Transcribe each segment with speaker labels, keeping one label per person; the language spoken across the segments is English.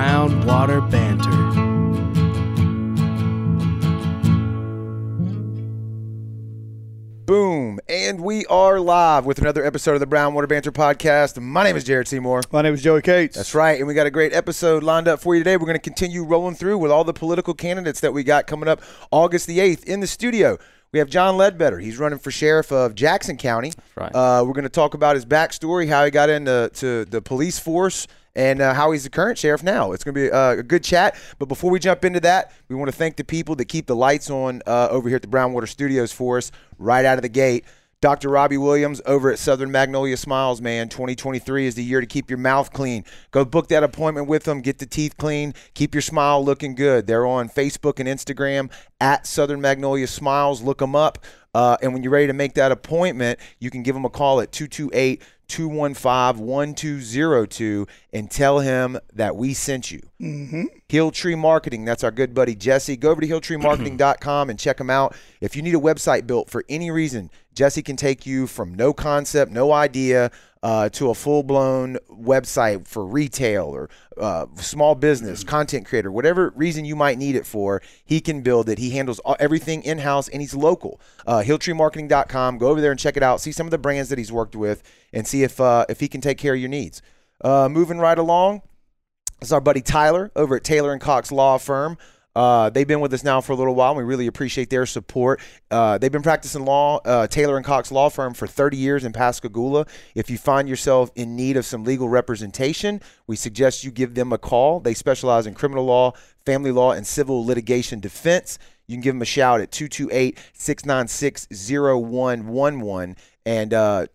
Speaker 1: Otter Banter.
Speaker 2: Boom. And we are live with another episode of the Brown Water Banter Podcast. My name is Jared Seymour.
Speaker 3: My name is Joey Cates.
Speaker 2: That's right. And we got a great episode lined up for you today. We're going to continue rolling through with all the political candidates that we got coming up August the 8th in the studio. We have John Ledbetter. He's running for sheriff of Jackson County.
Speaker 4: right.
Speaker 2: Uh, we're going to talk about his backstory, how he got into to the police force, and uh, how he's the current sheriff now. It's going to be uh, a good chat. But before we jump into that, we want to thank the people that keep the lights on uh, over here at the Brownwater Studios for us right out of the gate. Dr. Robbie Williams over at Southern Magnolia Smiles, man. 2023 is the year to keep your mouth clean. Go book that appointment with them, get the teeth clean, keep your smile looking good. They're on Facebook and Instagram at Southern Magnolia Smiles. Look them up. Uh, and when you're ready to make that appointment, you can give him a call at 228 215 1202 and tell him that we sent you. Hilltree Marketing. That's our good buddy Jesse. Go over to hilltreemarketing.com and check them out. If you need a website built for any reason, Jesse can take you from no concept, no idea, uh, to a full blown website for retail or uh, small business, content creator, whatever reason you might need it for. He can build it. He handles all, everything in house and he's local. Uh, hilltreemarketing.com. Go over there and check it out. See some of the brands that he's worked with and see if uh, if he can take care of your needs. Uh, moving right along. This is our buddy Tyler over at Taylor and Cox Law Firm. Uh, they've been with us now for a little while, and we really appreciate their support. Uh, they've been practicing law, uh, Taylor and Cox Law Firm, for 30 years in Pascagoula. If you find yourself in need of some legal representation, we suggest you give them a call. They specialize in criminal law, family law, and civil litigation defense. You can give them a shout at 228 696 0111. And uh,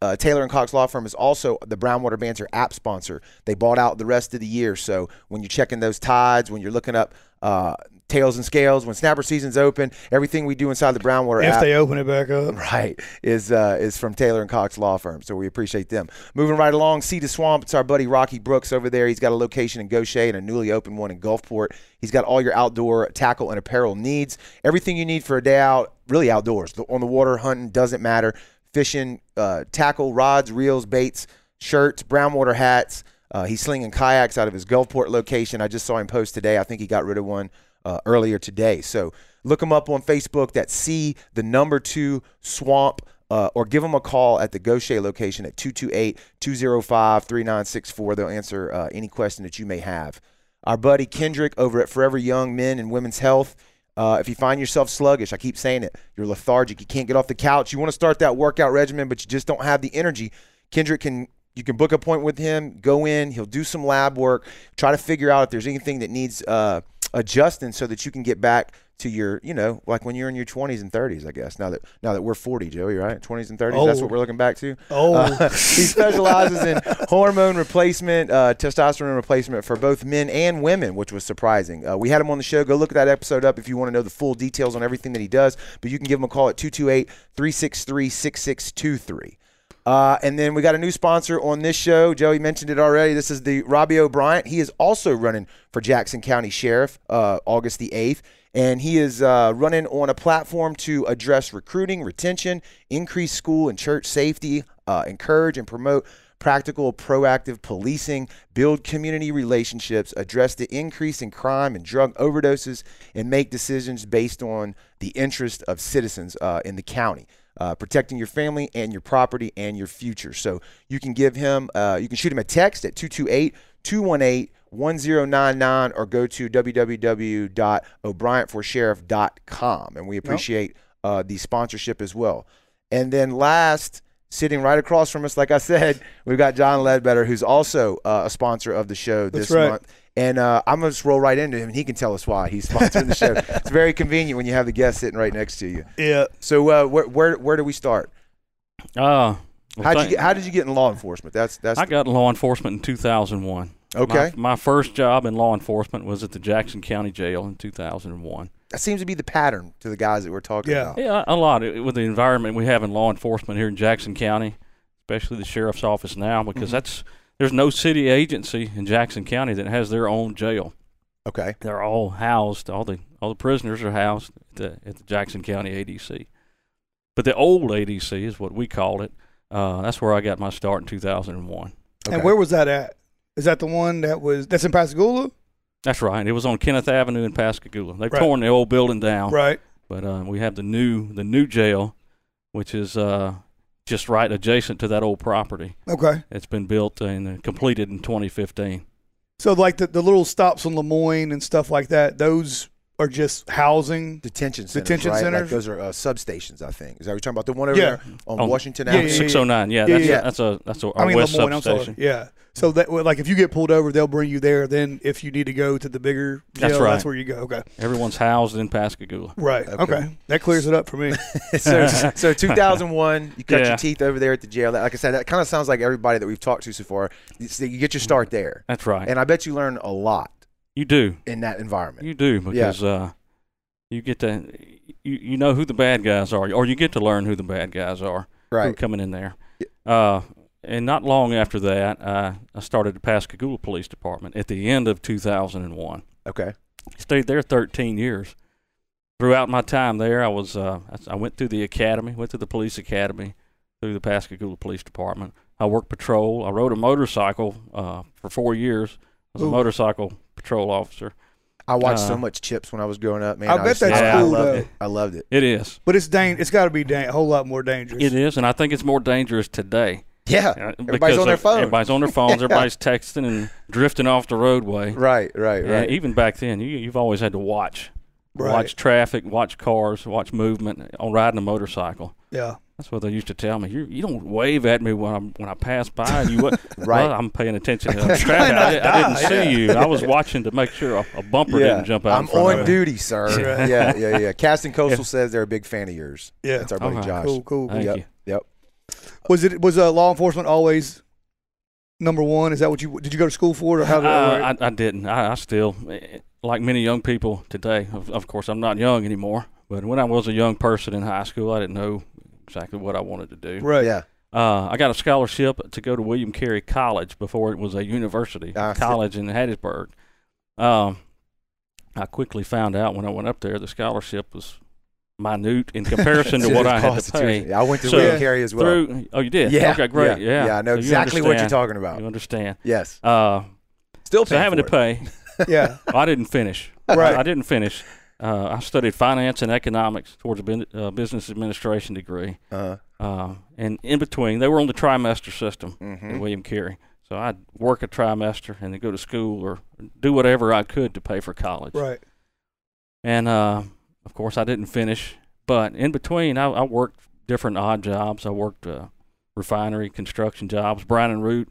Speaker 2: uh, Taylor and Cox Law Firm is also the Brownwater Banter app sponsor. They bought out the rest of the year, so when you're checking those tides, when you're looking up uh, tails and scales, when snapper season's open, everything we do inside the Brownwater
Speaker 3: If
Speaker 2: app
Speaker 3: they open it back up.
Speaker 2: right is uh, is from Taylor and Cox Law Firm. So we appreciate them. Moving right along, Cedar Swamp. It's our buddy Rocky Brooks over there. He's got a location in Gaucher and a newly opened one in Gulfport. He's got all your outdoor tackle and apparel needs. Everything you need for a day out, really outdoors, on the water, hunting doesn't matter. Fishing, uh, tackle, rods, reels, baits, shirts, brown water hats. Uh, he's slinging kayaks out of his Gulfport location. I just saw him post today. I think he got rid of one uh, earlier today. So look him up on Facebook. That's C, the number two swamp, uh, or give him a call at the Gaucher location at 228 205 3964. They'll answer uh, any question that you may have. Our buddy Kendrick over at Forever Young Men and Women's Health. Uh, if you find yourself sluggish, I keep saying it, you're lethargic, you can't get off the couch, you want to start that workout regimen, but you just don't have the energy, Kendrick can you can book a point with him, go in, he'll do some lab work, try to figure out if there's anything that needs uh, adjusting so that you can get back to your, you know, like when you're in your 20s and 30s, I guess. Now that now that we're 40, Joey, right? 20s and 30s, that's what
Speaker 3: Old.
Speaker 2: we're looking back to.
Speaker 3: Oh.
Speaker 2: Uh, he specializes in hormone replacement, uh, testosterone replacement for both men and women, which was surprising. Uh, we had him on the show. Go look at that episode up if you want to know the full details on everything that he does. But you can give him a call at 228 363 6623. Uh, and then we got a new sponsor on this show. Joey mentioned it already. This is the Robbie O'Brien. He is also running for Jackson County Sheriff uh, August the 8th. And he is uh, running on a platform to address recruiting, retention, increase school and church safety, uh, encourage and promote practical, proactive policing, build community relationships, address the increase in crime and drug overdoses, and make decisions based on the interest of citizens uh, in the county. Uh, protecting your family and your property and your future. So you can give him, uh, you can shoot him a text at 228 218 1099 or go to www.o'brienforsheriff.com. And we appreciate uh, the sponsorship as well. And then last, sitting right across from us, like I said, we've got John Ledbetter, who's also uh, a sponsor of the show this
Speaker 3: right.
Speaker 2: month. And uh, I'm going to just roll right into him, and he can tell us why he's sponsoring the show. It's very convenient when you have the guest sitting right next to you.
Speaker 3: Yeah.
Speaker 2: So uh, where, where where do we start?
Speaker 4: Oh, well,
Speaker 2: How would you
Speaker 4: thank-
Speaker 2: get, how did you get in law enforcement? That's that's
Speaker 4: I got in law enforcement in 2001.
Speaker 2: Okay.
Speaker 4: My, my first job in law enforcement was at the Jackson County Jail in 2001.
Speaker 2: that seems to be the pattern to the guys that we're talking
Speaker 3: Yeah.
Speaker 2: about.
Speaker 4: Yeah, a lot it- with the environment we have in law enforcement here in Jackson County, especially the sheriff's office now,
Speaker 2: Mm-hmm.
Speaker 4: because that's there's no city agency in Jackson County that has their own jail.
Speaker 2: Okay,
Speaker 4: They're all housed. All the all the prisoners are housed at the, at the Jackson County ADC. But the old ADC is what we called it. Uh, that's where I got my start in 2001.
Speaker 2: okay.
Speaker 3: And where was that at? Is that the one that was that's in Pascagoula?
Speaker 4: That's right. It was on Kenneth Avenue in Pascagoula. They've
Speaker 1: Right.
Speaker 4: torn the old building down,
Speaker 1: Right.
Speaker 4: but uh, we have the new the new jail, which is uh, just right adjacent to that old property.
Speaker 1: Okay.
Speaker 4: It's been built and uh, completed in 2015.
Speaker 1: So like the, the little stops on Lemoyne and stuff like that, those are just housing.
Speaker 2: Detention centers.
Speaker 1: Detention
Speaker 2: right? Like
Speaker 1: centers?
Speaker 2: those are uh, substations, I think. Is that what you're talking about? The one over
Speaker 1: Yeah.
Speaker 2: there on
Speaker 4: On-
Speaker 2: Washington
Speaker 1: Yeah,
Speaker 2: Avenue?
Speaker 1: yeah, yeah.
Speaker 4: 609. Yeah,
Speaker 1: Yeah,
Speaker 4: that's,
Speaker 2: yeah.
Speaker 4: A, that's a that's a, our
Speaker 1: I mean
Speaker 4: west
Speaker 1: Lemoyne, I'm
Speaker 4: substation.
Speaker 1: sorry. Yeah. So that well, like if you get pulled over, they'll bring you there. Then if you need to go to the bigger jail,
Speaker 4: That's
Speaker 1: that's,
Speaker 4: right.
Speaker 1: where you go. Okay.
Speaker 4: Everyone's housed in Pascagoula.
Speaker 1: Right.
Speaker 2: Okay.
Speaker 1: Okay. That clears it up for me.
Speaker 2: so, so 2001, you cut
Speaker 4: Yeah.
Speaker 2: your teeth over there at the jail. Like I said, that kind of sounds like everybody that we've talked to so far. You see, you get your start there,
Speaker 4: That's right.
Speaker 2: and I bet you learn a lot
Speaker 4: you do.
Speaker 2: in that environment.
Speaker 4: You do
Speaker 2: Yeah.
Speaker 4: because uh, you get to you, you know who the bad guys are, or you get to learn who the bad guys are who are
Speaker 2: right?
Speaker 4: coming in there. Uh, and not long after that, I I started the Pascagoula Police Department at the end of 2001.
Speaker 2: Okay.
Speaker 4: Stayed there 13 years. Throughout my time there, I was uh, I- I went through the academy, went to the police academy, through the Pascagoula Police Department. I worked patrol. I rode a motorcycle uh, for four years. I was a
Speaker 1: Ooh.
Speaker 4: motorcycle patrol officer.
Speaker 2: I watched
Speaker 4: Uh,
Speaker 2: so much Chips when I was growing up, man.
Speaker 1: I bet
Speaker 2: was-
Speaker 1: that's
Speaker 2: I
Speaker 4: cool,
Speaker 2: loved
Speaker 1: though.
Speaker 2: it. I loved it.
Speaker 4: It is.
Speaker 1: But it's dang. It's got to be dang, a whole lot more dangerous.
Speaker 4: It is, and I think it's more dangerous today.
Speaker 2: Yeah.
Speaker 4: uh,
Speaker 2: Everybody's
Speaker 4: because
Speaker 2: on their
Speaker 4: of-
Speaker 2: phone.
Speaker 4: Everybody's on their phones. Everybody's texting and drifting off the roadway.
Speaker 2: Right. Right.
Speaker 4: Yeah,
Speaker 2: Right.
Speaker 4: even back then, you, you've always had to watch,
Speaker 1: Right.
Speaker 4: watch traffic, watch cars, watch movement on riding a motorcycle.
Speaker 1: Yeah.
Speaker 4: That's what they used to tell me. You you don't wave at me when I'm when I pass by. Ah, You what?
Speaker 2: Right.
Speaker 4: Well, I'm paying attention to the traffic. I, di- I didn't see you. I was watching to make sure a, a bumper didn't jump out. in
Speaker 2: I'm
Speaker 4: front of
Speaker 2: on
Speaker 4: me.
Speaker 2: duty, sir.
Speaker 1: Yeah.
Speaker 2: Yeah, yeah, yeah. Casting Coastal says they're a big fan of yours.
Speaker 1: Yeah.
Speaker 2: That's our buddy
Speaker 4: Okay.
Speaker 2: Josh.
Speaker 1: cool. Cool.
Speaker 4: Thank
Speaker 2: Yep.
Speaker 4: you.
Speaker 2: Yep.
Speaker 1: Was it was uh, law enforcement always number one? Is that what you did? You go to school for it, or how did that work?
Speaker 4: Uh, I, I didn't. I, I still, eh, like many young people today, of, of course, I'm not young anymore, but when I was a young person in high school, I didn't know exactly what I wanted to do.
Speaker 1: right.
Speaker 2: Yeah.
Speaker 4: Uh, I got a scholarship to go to William Carey College before it was a university,
Speaker 2: I see.
Speaker 4: college in Hattiesburg. Um, I quickly found out when I went up there the scholarship was minute in comparison to what I had to pay.
Speaker 2: Yeah, I went to
Speaker 4: So-
Speaker 2: William Carey as well.
Speaker 4: Through, oh, you did?
Speaker 2: yeah.
Speaker 4: Okay, great.
Speaker 2: Yeah.
Speaker 4: Yeah.
Speaker 2: I know
Speaker 4: So you
Speaker 2: exactly what you're
Speaker 4: understand.
Speaker 2: talking about.
Speaker 4: You understand.
Speaker 2: Yes.
Speaker 4: Uh,
Speaker 2: Still
Speaker 4: so
Speaker 2: paying
Speaker 4: having
Speaker 2: for
Speaker 4: to pay,
Speaker 1: Yeah.
Speaker 4: I didn't finish.
Speaker 1: Right.
Speaker 4: I, I didn't finish. Uh, I studied finance and economics towards a bin, uh, business administration degree.
Speaker 2: it. Uh-huh.
Speaker 4: Uh, and in between, they were on the trimester system at
Speaker 1: Hmm?
Speaker 2: Mm-hmm.
Speaker 4: William Carey. So I'd work a trimester and then go to school or do whatever I could to pay for college.
Speaker 1: Right.
Speaker 4: And uh, of course, I didn't finish. But in between, I, I worked different odd jobs. I worked uh, refinery construction jobs, brine and root.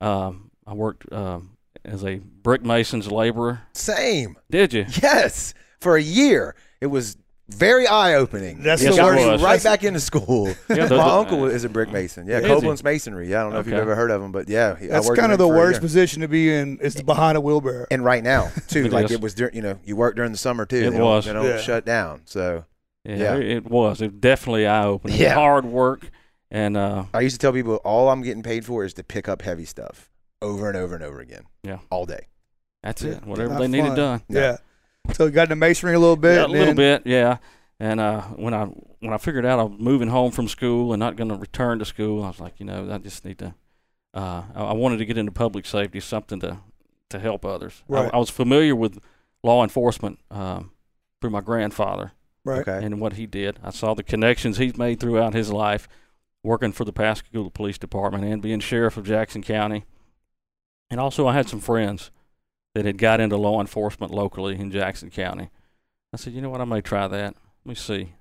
Speaker 4: Um, I worked um as a brick mason's laborer.
Speaker 2: Same.
Speaker 4: Did you?
Speaker 2: Yes. For a year, it was very eye opening.
Speaker 1: That's the
Speaker 4: Yes, it
Speaker 2: Got
Speaker 1: word.
Speaker 2: me
Speaker 4: was.
Speaker 2: right back into school.
Speaker 4: Yeah, the-
Speaker 2: My
Speaker 4: the-
Speaker 2: uncle is a brick mason. Yeah,
Speaker 4: Is he?
Speaker 2: Coblenz Masonry. Yeah, I don't know if you've
Speaker 4: Okay.
Speaker 2: ever heard of him, but yeah, he- I
Speaker 1: That's
Speaker 2: worked
Speaker 1: kind of
Speaker 2: with
Speaker 1: the
Speaker 2: him for a
Speaker 1: worst
Speaker 2: year.
Speaker 1: position to be in. Is the behind a wheelbarrow.
Speaker 2: And right now too,
Speaker 4: It
Speaker 2: like
Speaker 4: is.
Speaker 2: it was, dur- you know, you work during the summer too.
Speaker 4: It
Speaker 2: they don't-
Speaker 4: was.
Speaker 2: They don't
Speaker 1: Yeah.
Speaker 2: shut down. So Yeah.
Speaker 4: Yeah, it it was. It definitely eye opening.
Speaker 2: Yeah.
Speaker 4: Hard work and uh,
Speaker 2: I used to tell people all I'm getting paid for is to pick up heavy stuff over and over and over again.
Speaker 4: Yeah.
Speaker 2: all day.
Speaker 4: that's
Speaker 1: Yeah,
Speaker 4: it. Whatever
Speaker 1: not
Speaker 4: they needed
Speaker 1: fun.
Speaker 4: done.
Speaker 1: Yeah. So you got into masonry a little bit.
Speaker 4: Yeah, a
Speaker 1: and
Speaker 4: little
Speaker 1: then-
Speaker 4: bit, yeah. And uh, when I when I figured out I'm moving home from school and not going to return to school, I was like, you know, I just need to. Uh, I, I wanted to get into public safety, something to to help others. I-
Speaker 1: Right.
Speaker 4: I, was familiar with law enforcement um, through my grandfather
Speaker 1: Right.
Speaker 2: Okay.
Speaker 4: and what he did. I saw the connections he's made throughout his life, working for the Pascagoula Police Department and being sheriff of Jackson County. And also, I had some friends that had got into law enforcement locally in Jackson County. I said, you know what, I may try that. Let me see.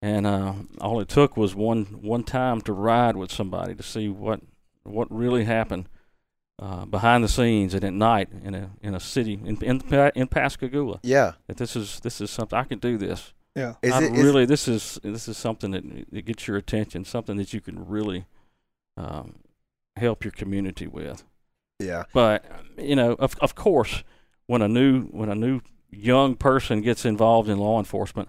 Speaker 4: And uh, all it took was one one time to ride with somebody to see what what really happened uh, behind the scenes and at night in a in a city in in, Pa- in Pascagoula.
Speaker 2: Yeah.
Speaker 4: That this is this is something I can do this.
Speaker 1: Yeah.
Speaker 2: Is
Speaker 4: I
Speaker 2: it is-
Speaker 4: really this is this is something that, that gets your attention, something that you can really um, help your community with.
Speaker 2: yeah.
Speaker 4: But you know, of of course, when a new when a new young person gets involved in law enforcement,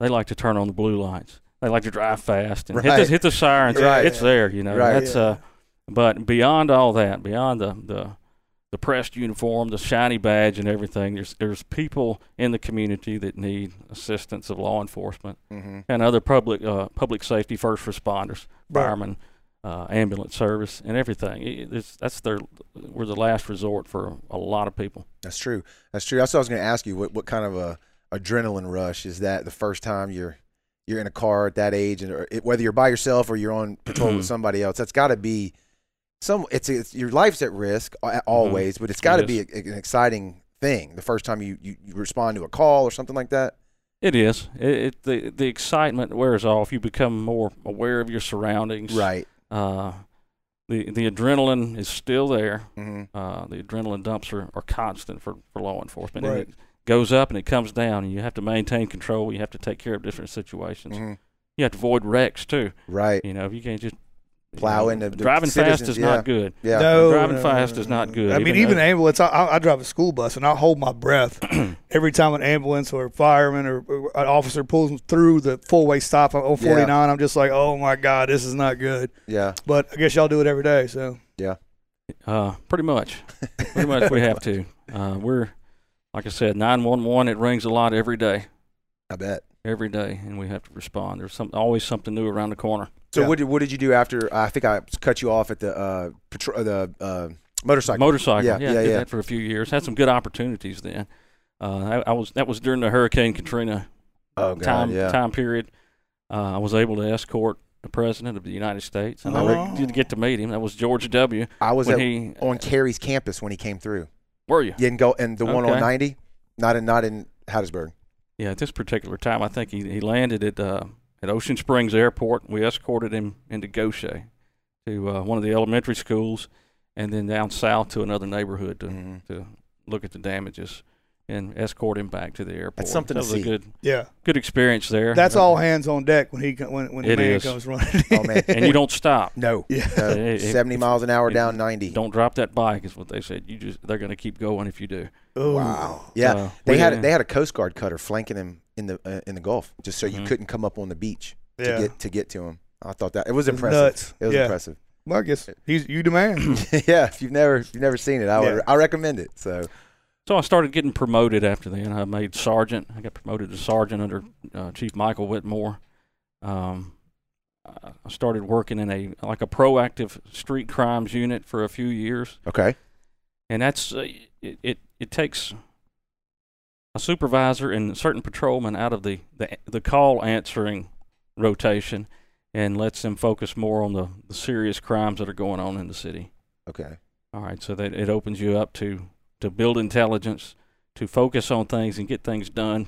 Speaker 4: they like to turn on the blue lights. They like to drive fast and hit
Speaker 2: Right.
Speaker 4: the hit the sirens.
Speaker 2: Right.
Speaker 4: It's there, you know.
Speaker 2: Right.
Speaker 4: That's uh, but beyond all that, beyond the the the pressed uniform, the shiny badge, and everything, there's there's people in the community that need assistance of law enforcement
Speaker 2: Mm-hmm.
Speaker 4: and other public uh, public safety first responders,
Speaker 1: Right.
Speaker 4: firemen, uh, ambulance service, and everything. It- it's, that's their we're the last resort for a lot of people.
Speaker 2: That's true. That's true. That's what I was going to ask you. What what kind of a adrenaline rush is that? The first time you're you're in a car at that age, and or it, whether you're by yourself or you're on patrol with somebody else, that's got to be some. It's, it's your life's at risk a- always, but it's got to
Speaker 4: Mm-hmm. It
Speaker 2: be
Speaker 4: is.
Speaker 2: a, an exciting thing the first time you, you, you respond to a call or something like that.
Speaker 4: It is. It, it the the excitement wears off. You become more aware of your surroundings.
Speaker 2: Right.
Speaker 4: Uh, the the adrenaline is still there.
Speaker 2: Mm-hmm.
Speaker 4: Uh, the adrenaline dumps are, are constant for, for law enforcement.
Speaker 1: Right.
Speaker 4: And it goes up and it comes down, and you have to maintain control. You have to take care of different situations.
Speaker 2: hmm
Speaker 4: You have to avoid wrecks too.
Speaker 2: Right.
Speaker 4: You know, if you can't just you
Speaker 2: Plow
Speaker 4: know,
Speaker 2: into the
Speaker 4: driving
Speaker 2: citizens,
Speaker 4: fast is
Speaker 2: yeah.
Speaker 4: not good.
Speaker 2: Yeah.
Speaker 1: No,
Speaker 4: Driving
Speaker 1: no,
Speaker 4: fast
Speaker 1: no,
Speaker 4: is
Speaker 1: no,
Speaker 4: not
Speaker 1: no.
Speaker 4: good,
Speaker 1: I mean,
Speaker 4: even
Speaker 1: even
Speaker 4: though-
Speaker 1: ambulance. I, I, I drive a school bus, and I hold my breath every time an ambulance or a fireman or, or an officer pulls through the four-way stop on 49. I'm just like, oh my god, this is not good.
Speaker 2: Yeah.
Speaker 1: But I guess y'all do it every day, so
Speaker 4: Uh, pretty much. Pretty much we have to. Uh, we're, like I said, 911, it rings a lot every day,
Speaker 2: I bet.
Speaker 4: every day, and we have to respond. There's some, always something new around the corner.
Speaker 2: So
Speaker 1: Yeah.
Speaker 2: what did, what did you do after? I think I cut you off at the uh, patro- the uh, motorcycle.
Speaker 4: Motorcycle.
Speaker 2: Yeah,
Speaker 4: Yeah,
Speaker 2: yeah,
Speaker 4: did
Speaker 2: yeah.
Speaker 4: that for a few years. Had some good opportunities then. Uh, I, I was That was during the Hurricane Katrina
Speaker 2: oh God.
Speaker 4: time,
Speaker 2: yeah.
Speaker 4: time period. Uh, I was able to escort the President of the United States, and
Speaker 1: Oh.
Speaker 4: I did get to meet him. That was George W.
Speaker 2: I was
Speaker 4: when
Speaker 2: at,
Speaker 4: he,
Speaker 2: on Carey's campus when he came through.
Speaker 4: were you?
Speaker 2: You didn't go and the one on
Speaker 4: Okay.
Speaker 2: 90, not in not in Hattiesburg.
Speaker 4: Yeah, at this particular time, I think he, he landed at uh, at Ocean Springs Airport. We escorted him into Goshe to uh, one of the elementary schools, and then down south to another neighborhood to,
Speaker 2: Mhm.
Speaker 4: to look at the damages and escort him back to the airport.
Speaker 2: something
Speaker 4: that
Speaker 2: to
Speaker 4: was
Speaker 2: see.
Speaker 4: a good
Speaker 1: yeah,
Speaker 4: good experience there.
Speaker 1: that's all hands on deck when he co- when when the
Speaker 4: It
Speaker 1: man
Speaker 4: is.
Speaker 1: comes running.
Speaker 2: Oh man,
Speaker 4: and you don't stop.
Speaker 2: no,
Speaker 1: Yeah.
Speaker 2: no.
Speaker 4: Hey, hey,
Speaker 2: 70 miles an hour
Speaker 4: hey,
Speaker 2: down 90.
Speaker 4: Don't drop that bike is what they said. You just they're going to keep going if you do.
Speaker 1: Ooh.
Speaker 2: Wow. Yeah,
Speaker 4: Uh,
Speaker 2: they
Speaker 4: we-
Speaker 2: had they had a Coast Guard cutter flanking him in the uh, in the Gulf, just so you
Speaker 4: Mhm.
Speaker 2: couldn't come up on the beach to
Speaker 1: Yeah.
Speaker 2: get to get to him. I thought that it was
Speaker 1: It's
Speaker 2: impressive.
Speaker 1: nuts.
Speaker 2: It was
Speaker 1: yeah.
Speaker 2: impressive.
Speaker 1: Well, I guess he's you demand.
Speaker 2: yeah, if you've never if you've never seen it, I would
Speaker 1: Yeah.
Speaker 2: I recommend it. So
Speaker 4: So I started getting promoted after then. I made sergeant. I got promoted to sergeant under uh, Chief Michael Whitmore. Um, I I started working in a like a proactive street crimes unit for a few years,
Speaker 2: okay,
Speaker 4: and that's uh, it, it. It takes a supervisor and certain patrolmen out of the the, the call answering rotation, and lets them focus more on the, the serious crimes that are going on in the city.
Speaker 2: okay,
Speaker 4: All right, so that it opens you up to to build intelligence, to focus on things and get things done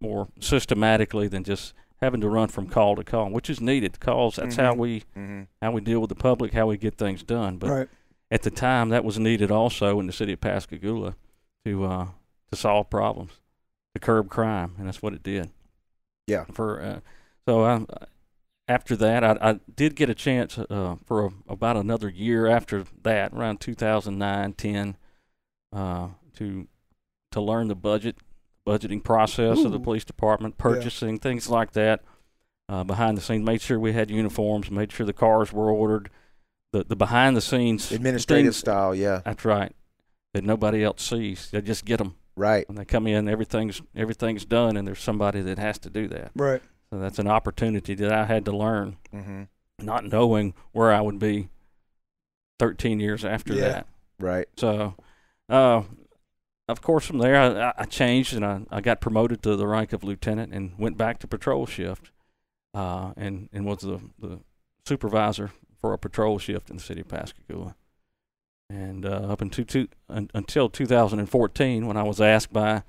Speaker 4: more systematically than just having to run from call to call, which is needed. Calls that's how
Speaker 2: Mhm.
Speaker 4: we
Speaker 2: mm-hmm.
Speaker 4: how we deal with the public, how we get things done. But
Speaker 1: right.
Speaker 4: at the time, that was needed also in the city of Pascagoula to uh, to solve problems, to curb crime, and that's what it did.
Speaker 2: Yeah.
Speaker 4: For uh, so I, after that, I, I did get a chance uh, for a, about another year after that, around 2009, 10, uh, to to learn the budget, budgeting process of the
Speaker 1: Ooh.
Speaker 4: police department, purchasing things like that. Uh, behind the scenes, made sure we had uniforms, made sure the cars were ordered, the the behind the scenes
Speaker 2: administrative
Speaker 4: things-
Speaker 2: style. Yeah,
Speaker 4: that's right. That nobody else sees. They just get them
Speaker 2: right.
Speaker 4: when they come in. Everything's everything's done, and there's somebody that has to do that.
Speaker 1: Right.
Speaker 4: So that's an opportunity that I had to learn,
Speaker 2: Mm-hmm.
Speaker 4: not knowing where I would be 13 years after
Speaker 1: Yeah.
Speaker 4: that.
Speaker 2: Right.
Speaker 4: So, uh, of course, from there I, I- I changed and I, I got promoted to the rank of lieutenant and went back to patrol shift, uh, and and was the, the supervisor for a patrol shift in the city of Pascagoula. And uh, up until two, un, until 2014, when I was asked by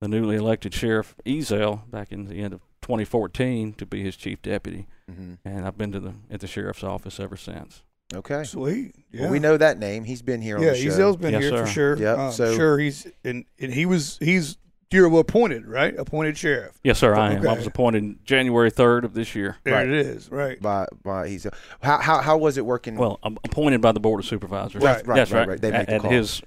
Speaker 4: the newly elected sheriff Ezel back in the end of 2014 to be his chief deputy,
Speaker 2: Mm-hmm.
Speaker 4: and I've been to the at the sheriff's office ever since.
Speaker 2: Okay.
Speaker 1: Sweet. Yeah.
Speaker 2: Well, we know that name. He's been here on
Speaker 1: yeah,
Speaker 2: the show.
Speaker 1: Ezel's been
Speaker 4: Yes,
Speaker 1: here for
Speaker 4: sir.
Speaker 1: sure.
Speaker 2: Yep,
Speaker 1: Um,
Speaker 2: so-
Speaker 1: sure he's and, and he was he's you're appointed, right? Appointed sheriff.
Speaker 4: Yes, sir, I am. I
Speaker 1: Okay.
Speaker 4: was appointed January 3rd of this year.
Speaker 1: There
Speaker 2: Right.
Speaker 1: it is, right.
Speaker 2: by by he's how how how was it working?
Speaker 4: Well, I'm appointed by the board of supervisors.
Speaker 2: Right, right,
Speaker 4: That's
Speaker 2: right,
Speaker 4: right.
Speaker 2: right. They make
Speaker 4: at,
Speaker 2: the
Speaker 4: at
Speaker 2: call.
Speaker 4: his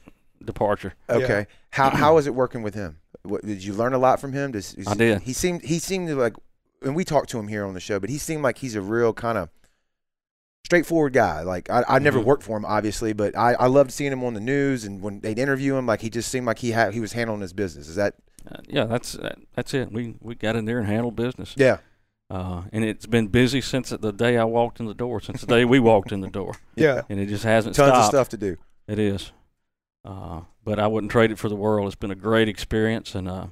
Speaker 4: departure.
Speaker 2: okay. How how was it working with him? What, did you learn a lot from him? Does, is-
Speaker 4: I did.
Speaker 2: He seemed he seemed to like, and we talked to him here on the show, but he seemed like he's a real kind of straightforward guy. Like I I never
Speaker 4: Mhm.
Speaker 2: worked for him obviously, but I I loved seeing him on the news and when they'd interview him, like he just seemed like he had he was handling his business. Is that
Speaker 4: Uh, yeah, that's that, that's it. We we got in there and handled business.
Speaker 2: yeah?
Speaker 4: Uh, and it's been busy since the day I walked in the door, since the day we walked in the door,
Speaker 1: Yeah.
Speaker 4: and it just hasn't
Speaker 2: Tons
Speaker 4: stopped.
Speaker 2: of stuff to do.
Speaker 4: It is. Uh, but I wouldn't trade it for the world. It's been a great experience, and uh,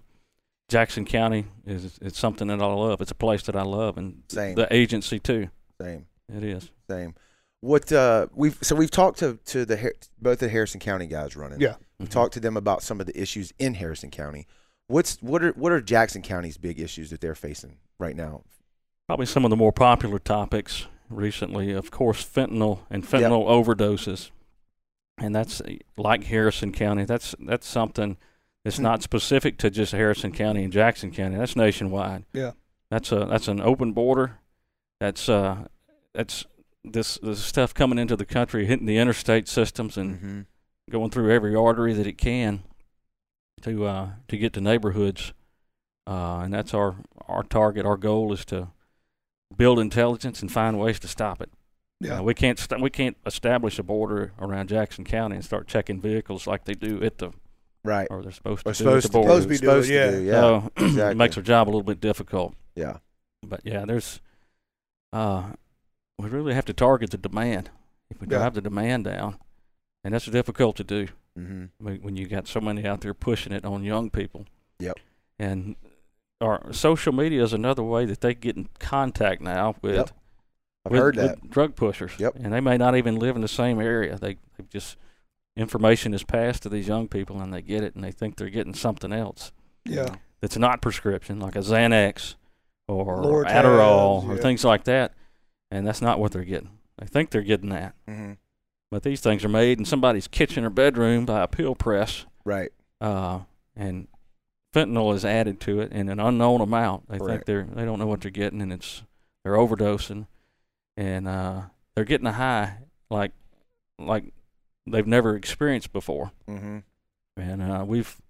Speaker 4: Jackson County is it's something that I love. It's a place that I love, and
Speaker 2: Same.
Speaker 4: the agency too.
Speaker 2: Same.
Speaker 4: It is.
Speaker 2: Same. What uh, we've so we've talked to to the Har- both the Harrison County guys running.
Speaker 1: Yeah.
Speaker 4: Mm-hmm.
Speaker 2: We've talked to them about some of the issues in Harrison County. What's what are what are Jackson County's big issues that they're facing right now?
Speaker 4: Probably some of the more popular topics recently, of course, fentanyl and fentanyl overdoses, and that's uh, like Harrison County. That's that's something that's
Speaker 2: Hmm.
Speaker 4: not specific to just Harrison County and Jackson County. That's nationwide.
Speaker 1: Yeah.
Speaker 4: That's a that's an open border. That's uh that's this this stuff coming into the country, hitting the interstate systems, and
Speaker 2: Mm-hmm.
Speaker 4: going through every artery that it can to uh, to get to neighborhoods, uh, and that's our our target. Our goal is to build intelligence and find ways to stop it.
Speaker 1: Yeah.
Speaker 4: Uh, we can't st- we can't establish a border around Jackson County and start checking vehicles like they do at the
Speaker 2: Right.
Speaker 4: or they're supposed to
Speaker 2: Or
Speaker 4: do
Speaker 2: supposed to
Speaker 4: at the
Speaker 2: do,
Speaker 4: border.
Speaker 1: Supposed to be doing, yeah.
Speaker 2: do,
Speaker 4: so
Speaker 2: exactly.
Speaker 4: it makes our job a little bit difficult.
Speaker 2: yeah.
Speaker 4: But yeah, there's uh we really have to target the demand. If we
Speaker 1: Yeah.
Speaker 4: drive the demand down, and that's difficult to do
Speaker 2: Mm-hmm.
Speaker 4: when when you got so many out there pushing it on young people.
Speaker 2: Yep.
Speaker 4: And our social media is another way that they get in contact now with,
Speaker 2: Yep. I've
Speaker 4: with-
Speaker 2: heard
Speaker 4: with
Speaker 2: that.
Speaker 4: drug pushers.
Speaker 2: Yep.
Speaker 4: And they may not even live in the same area. They they just information is passed to these young people and they get it and they think they're getting something else
Speaker 1: Yeah.
Speaker 4: that's not prescription, like a Xanax or
Speaker 1: Lortabs,
Speaker 4: Adderall or
Speaker 1: yeah.
Speaker 4: things like that. And that's not what they're getting. They think they're getting that.
Speaker 2: Mm-hmm.
Speaker 4: But these things are made in somebody's kitchen or bedroom by a pill press
Speaker 2: Right.
Speaker 4: uh, and fentanyl is added to it in an unknown amount. They think
Speaker 2: Correct.
Speaker 4: they're they don't know what they're getting, and it's they're overdosing, and uh, they're getting a high like like they've never experienced before.
Speaker 2: Mm-hmm.
Speaker 4: And uh, we've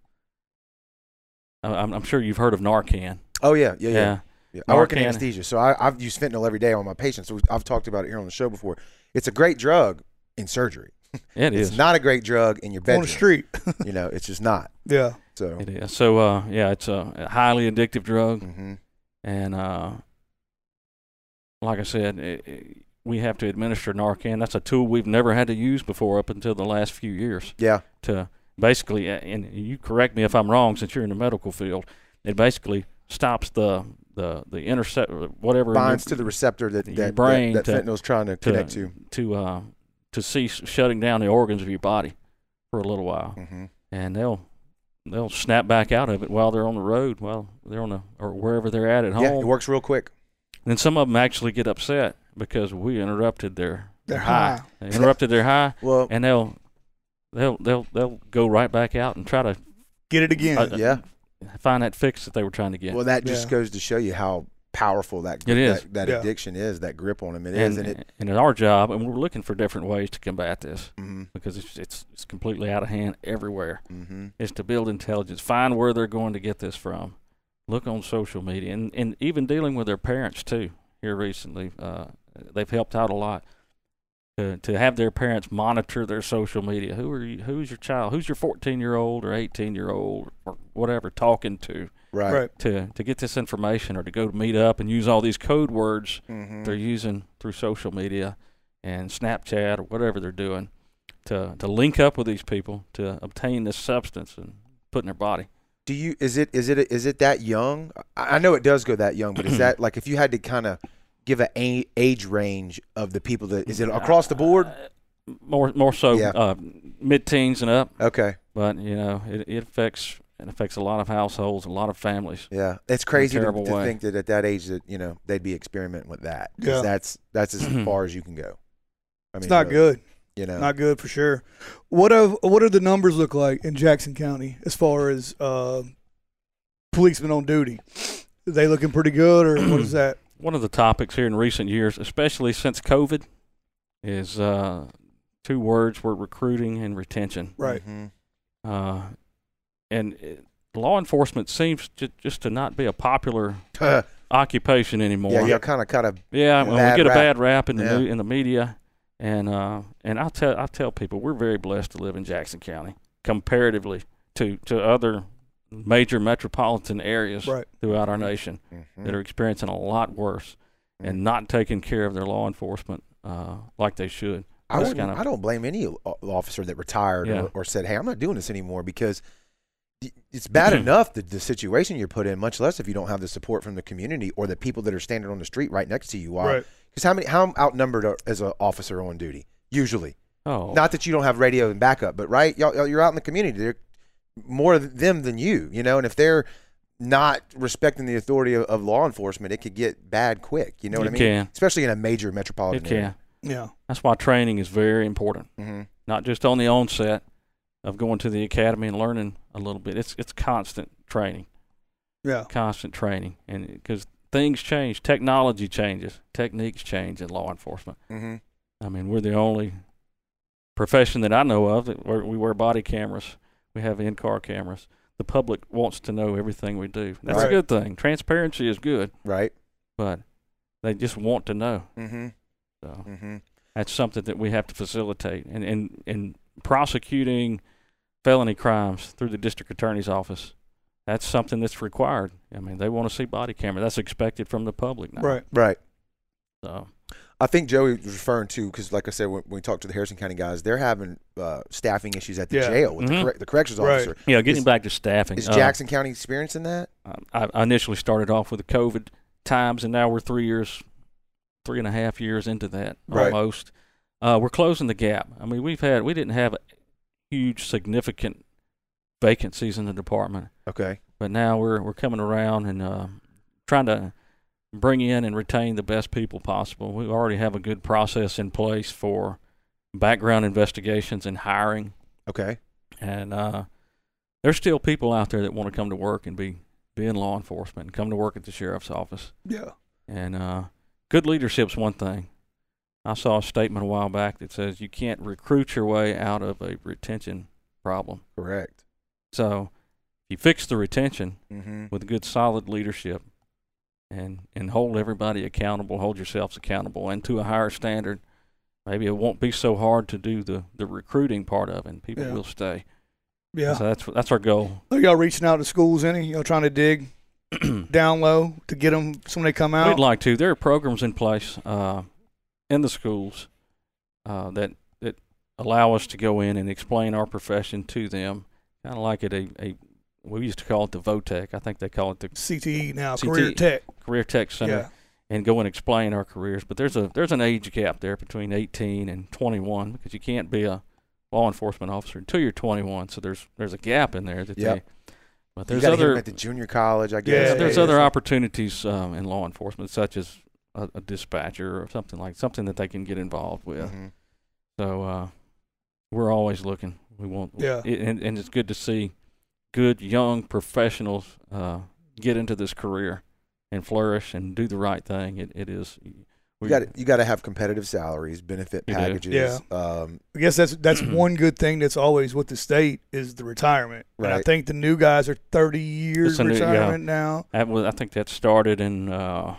Speaker 4: I- I'm, I'm sure you've heard of Narcan.
Speaker 2: Oh yeah. Yeah. Yeah. Yeah. I work in
Speaker 4: Narcan.
Speaker 2: anesthesia, so I, I've used fentanyl every day on my patients. So I've talked about it here on the show before. It's a great drug in surgery.
Speaker 4: it
Speaker 2: it's
Speaker 4: is.
Speaker 2: not a great drug in your bedroom.
Speaker 1: On the street.
Speaker 2: You know, it's just not.
Speaker 1: yeah.
Speaker 2: So.
Speaker 4: It is. So uh, yeah, it's a a highly addictive drug.
Speaker 2: Mm-hmm.
Speaker 4: And uh, like I said, i i we have to administer Narcan. That's a tool we've never had to use before up until the last few years.
Speaker 2: Yeah.
Speaker 4: To basically, a- and you correct me if I'm wrong, since you're in the medical field, it basically stops the the the intercept whatever in your-
Speaker 2: Binds to the receptor that
Speaker 4: Your
Speaker 2: that, that,
Speaker 4: brain
Speaker 2: that
Speaker 4: to-
Speaker 2: fentanyl's trying to connect to.
Speaker 4: to uh, to cease shutting down the organs of your body for a little while,
Speaker 2: Mm-hmm.
Speaker 4: and they'll they'll snap back out of it while they're on the road, while they're on the or wherever they're at at home.
Speaker 2: Yeah, it works real quick.
Speaker 4: And some of them actually get upset because we interrupted their
Speaker 1: They're high.
Speaker 4: They interrupted their high,
Speaker 2: Well,
Speaker 4: and they'll they'll they'll they'll go right back out and try to
Speaker 1: Get it again.
Speaker 4: uh,
Speaker 2: yeah.
Speaker 4: find that fix that they were trying to get.
Speaker 2: Well, that just
Speaker 1: Yeah.
Speaker 2: goes to show you how powerful that
Speaker 4: It is.
Speaker 2: that, that
Speaker 1: Yeah.
Speaker 2: addiction is, that grip on them it
Speaker 4: and,
Speaker 2: is, and it.
Speaker 4: and in our job, and we're looking for different ways to combat this
Speaker 2: Mhm,
Speaker 4: because it's it's, it's completely out of hand everywhere.
Speaker 2: mhm.
Speaker 4: Is to build intelligence, find where they're going to get this from, look on social media, and and even dealing with their parents too. Here recently, uh, they've helped out a lot. To, to have their parents monitor their social media. Who are you, who's your child? Who's your 14 year old or 18 year old or whatever talking to?
Speaker 2: Right.
Speaker 1: Right.
Speaker 4: to to get this information or to go to meet up and use all these code words
Speaker 2: Mhm.
Speaker 4: they're using through social media and Snapchat or whatever they're doing to to link up with these people to obtain this substance and put in their body.
Speaker 2: Do you is it is it is it that young? I I know it does go that young, but is that like if you had to kind of give an a- age range of the people that is it across the board?
Speaker 4: Uh, more more so
Speaker 2: Yeah.
Speaker 4: uh, mid teens and up,
Speaker 2: Okay,
Speaker 4: but you know it, it affects it affects a lot of households, a lot of families.
Speaker 2: yeah, it's crazy to,
Speaker 4: terrible
Speaker 2: to
Speaker 4: way.
Speaker 2: think that at that age that you know they'd be experimenting with that. 'cause
Speaker 1: Yeah.
Speaker 2: that's that's as far as you can go. I mean,
Speaker 1: It's not
Speaker 2: really,
Speaker 1: good.
Speaker 2: You know,
Speaker 1: Not good for sure. What of what do the numbers look like in Jackson County as far as uh, policemen on duty? Are they looking pretty good, or what is that?
Speaker 4: One of the topics here in recent years, especially since COVID, is uh, two words were recruiting and retention.
Speaker 1: Right.
Speaker 2: Mhm.
Speaker 4: uh, and it, law enforcement seems to, just to not be a popular occupation anymore.
Speaker 2: yeah, you're kind of kind of
Speaker 4: Yeah, when
Speaker 2: Bad
Speaker 4: we get
Speaker 2: rap.
Speaker 4: a bad rap in the
Speaker 2: Yeah.
Speaker 4: new, in the media, and uh, and I tell I tell people we're very blessed to live in Jackson County comparatively to to other major metropolitan areas
Speaker 1: Right.
Speaker 4: throughout our nation
Speaker 2: Mhm.
Speaker 4: that are experiencing a lot worse and not taking care of their law enforcement uh, like they should.
Speaker 2: I,
Speaker 4: That's
Speaker 2: wouldn't,
Speaker 4: kind of-
Speaker 2: I don't blame any o- officer that retired
Speaker 4: Yeah.
Speaker 2: or, or said, "Hey, I'm not doing this anymore," because y- it's bad enough the, the situation you're put in, much less if you don't have the support from the community or the people that are standing on the street right next to you.
Speaker 1: Right.
Speaker 2: Because how many? How outnumbered are, as an officer on duty usually?
Speaker 4: Oh,
Speaker 2: Not that you don't have radio and backup, but right, y'all, y'all- you're out in the community. They're more th- them than you, you know. And if they're not respecting the authority of, of law enforcement, it could get bad quick. You know what
Speaker 4: It
Speaker 2: I mean?
Speaker 4: can.
Speaker 2: Especially in a major metropolitan
Speaker 4: it can.
Speaker 1: Yeah.
Speaker 4: That's why training is very important.
Speaker 2: area. Mhm.
Speaker 4: Not just on the onset of going to the academy and learning a little bit. It's it's constant training,
Speaker 1: Yeah.
Speaker 4: constant training, and because things change, technology changes, techniques change in law enforcement.
Speaker 2: Mhm.
Speaker 4: I mean, we're the only profession that I know of that where we wear body cameras. We have in-car cameras. The public wants to know everything we do. That's
Speaker 1: Right.
Speaker 4: a good thing. Transparency is good,
Speaker 2: Right.
Speaker 4: but they just want to know.
Speaker 2: Mm-hmm.
Speaker 4: So
Speaker 2: Mm-hmm.
Speaker 4: that's something that we have to facilitate. And and, and prosecuting felony crimes through the district attorney's office. That's something that's required. I mean, they want to see body camera. That's expected from the public now.
Speaker 1: Right.
Speaker 2: Right.
Speaker 4: So
Speaker 2: I think Joey was referring to because, like I said, when, when we talked to the Harrison County guys, they're having uh, staffing issues at the
Speaker 1: Yeah.
Speaker 2: jail with
Speaker 4: Mhm.
Speaker 2: the, correct, the corrections
Speaker 1: Right.
Speaker 2: officer.
Speaker 4: yeah, getting
Speaker 2: Is-
Speaker 4: back to staffing.
Speaker 2: Is
Speaker 4: uh,
Speaker 2: Jackson County experiencing that?
Speaker 4: I, I initially started off with the COVID times, and now we're three years, three and a half years into that
Speaker 2: Right.
Speaker 4: almost. Uh, we're closing the gap. I mean, we've had we didn't have huge significant vacancies in the department,
Speaker 2: Okay.
Speaker 4: but now we're we're coming around and uh, trying to bring in and retain the best people possible. We already have a good process in place for background investigations and hiring,
Speaker 2: Okay.
Speaker 4: and uh, there's still people out there that want to come to work and be be in law enforcement and come to work at the sheriff's office.
Speaker 1: Yeah.
Speaker 4: And uh, good leadership's one thing. I saw a statement a while back that says you can't recruit your way out of a retention problem.
Speaker 2: Correct.
Speaker 4: So if you fix the retention
Speaker 2: Mm-hmm.
Speaker 4: with good, solid leadership, and and hold everybody accountable, hold yourselves accountable, and to a higher standard, maybe it won't be so hard to do the the recruiting part of, it, and people
Speaker 1: Yeah.
Speaker 4: will stay.
Speaker 1: Yeah.
Speaker 4: So that's that's our goal.
Speaker 1: Are y'all reaching out to schools any? Y'all trying to dig down low to get them so when they come out?
Speaker 4: We'd like to. There are programs in place uh, in the schools uh, that that allow us to go in and explain our profession to them, kind of like at a, a we used to call it the VOTEC. I think they call it the
Speaker 1: CTE E now,
Speaker 4: CTE.
Speaker 1: career tech.
Speaker 4: Career Tech E, Center,
Speaker 1: Yeah.
Speaker 4: and go and explain our careers. But there's a there's an age gap there between 18 and 21 because you can't be a law enforcement officer until you're 21. So there's there's a gap in there that
Speaker 2: Yep.
Speaker 4: they. But
Speaker 2: You
Speaker 4: there's
Speaker 2: got to
Speaker 4: other
Speaker 2: him at the junior college, I
Speaker 1: Yeah,
Speaker 2: guess. Mm-hmm.
Speaker 4: there's,
Speaker 1: yeah,
Speaker 4: there's
Speaker 1: yeah.
Speaker 4: other opportunities um, in law enforcement, such as a, a dispatcher or something like something that they can get involved with.
Speaker 2: Mhm.
Speaker 4: So uh, we're always looking. We want,
Speaker 1: Yeah.
Speaker 4: it, and, and it's good to see good young professionals uh, get into this career and flourish and do the right thing. It, it is.
Speaker 2: You got you got to have competitive salaries, benefit
Speaker 4: You do.
Speaker 2: packages. Um,
Speaker 1: I guess that's that's one good thing that's always with the state is the retirement. And I
Speaker 2: Right.
Speaker 1: think the new guys are 30 years
Speaker 4: It's a new- yeah.
Speaker 1: retirement now.
Speaker 4: That was, I think that started in uh,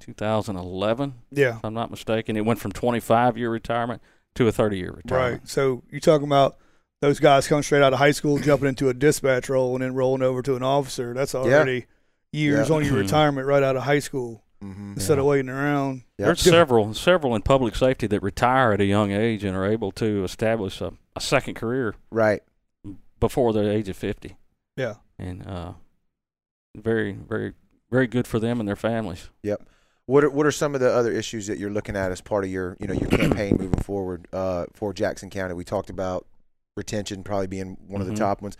Speaker 4: 2011,
Speaker 1: Yeah.
Speaker 4: if I'm not mistaken. It went from 25 year retirement to a 30 year retirement.
Speaker 1: Right. So you're talking about those guys coming straight out of high school, jumping into a dispatch role, and then rolling over to an officer. That's already years
Speaker 2: Yeah.
Speaker 1: on your
Speaker 4: Mhm.
Speaker 1: retirement right out of high school
Speaker 2: mhm.
Speaker 1: instead of
Speaker 4: Yeah.
Speaker 1: waiting around.
Speaker 2: Yep.
Speaker 4: There's several several in public safety that retire at a young age and are able to establish a, a second career
Speaker 2: Right.
Speaker 4: before the age of 50.
Speaker 1: Yeah.
Speaker 4: And uh, very, very, very good for them and their families.
Speaker 2: What are, what are some of the other issues that you're looking at as part of your you know your campaign moving forward uh, for Jackson County? We talked about retention probably being one of
Speaker 4: Mhm.
Speaker 2: the top ones,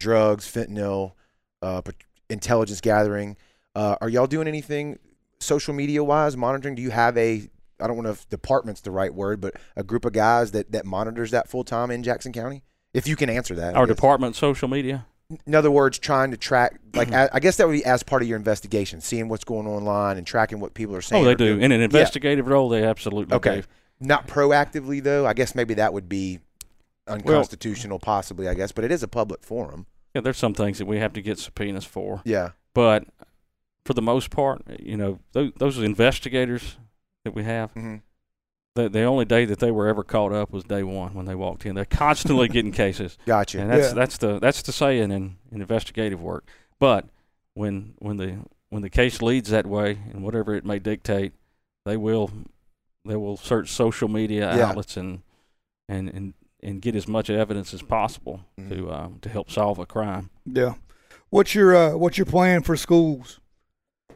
Speaker 2: drugs, fentanyl, uh, pat- intelligence gathering. Uh, are y'all doing anything social media wise monitoring? Do you have a I don't want to if department's the right word, but a group of guys that that monitors that full time in Jackson County? If you can answer that, I
Speaker 4: Our
Speaker 2: guess.
Speaker 4: department social media.
Speaker 2: In other words, trying to track like I I guess that would be as part of your investigation, seeing what's going online and tracking what people are saying.
Speaker 4: Oh, they
Speaker 2: or doing.
Speaker 4: do. In an investigative role, they absolutely
Speaker 2: Okay.
Speaker 4: do.
Speaker 2: Not proactively though. I guess maybe that would be unconstitutional, possibly. I guess, but it is a public forum.
Speaker 4: Yeah, there's some things that we have to get subpoenas for,
Speaker 2: Yeah.
Speaker 4: but for the most part, you know, those, those investigators that we have,
Speaker 2: Mm-hmm.
Speaker 4: the, the only day that they were ever caught up was day one when they walked in. They're constantly getting cases,
Speaker 2: Gotcha.
Speaker 4: and that's
Speaker 1: Yeah.
Speaker 4: that's the that's the saying in, in investigative work. But when when the when the case leads that way, and whatever it may dictate, they will they will search social media
Speaker 2: Yeah.
Speaker 4: outlets and and and and get as much evidence as possible
Speaker 2: Mm.
Speaker 4: to um, to help solve a crime.
Speaker 1: Yeah. What's your uh, What's your plan for schools?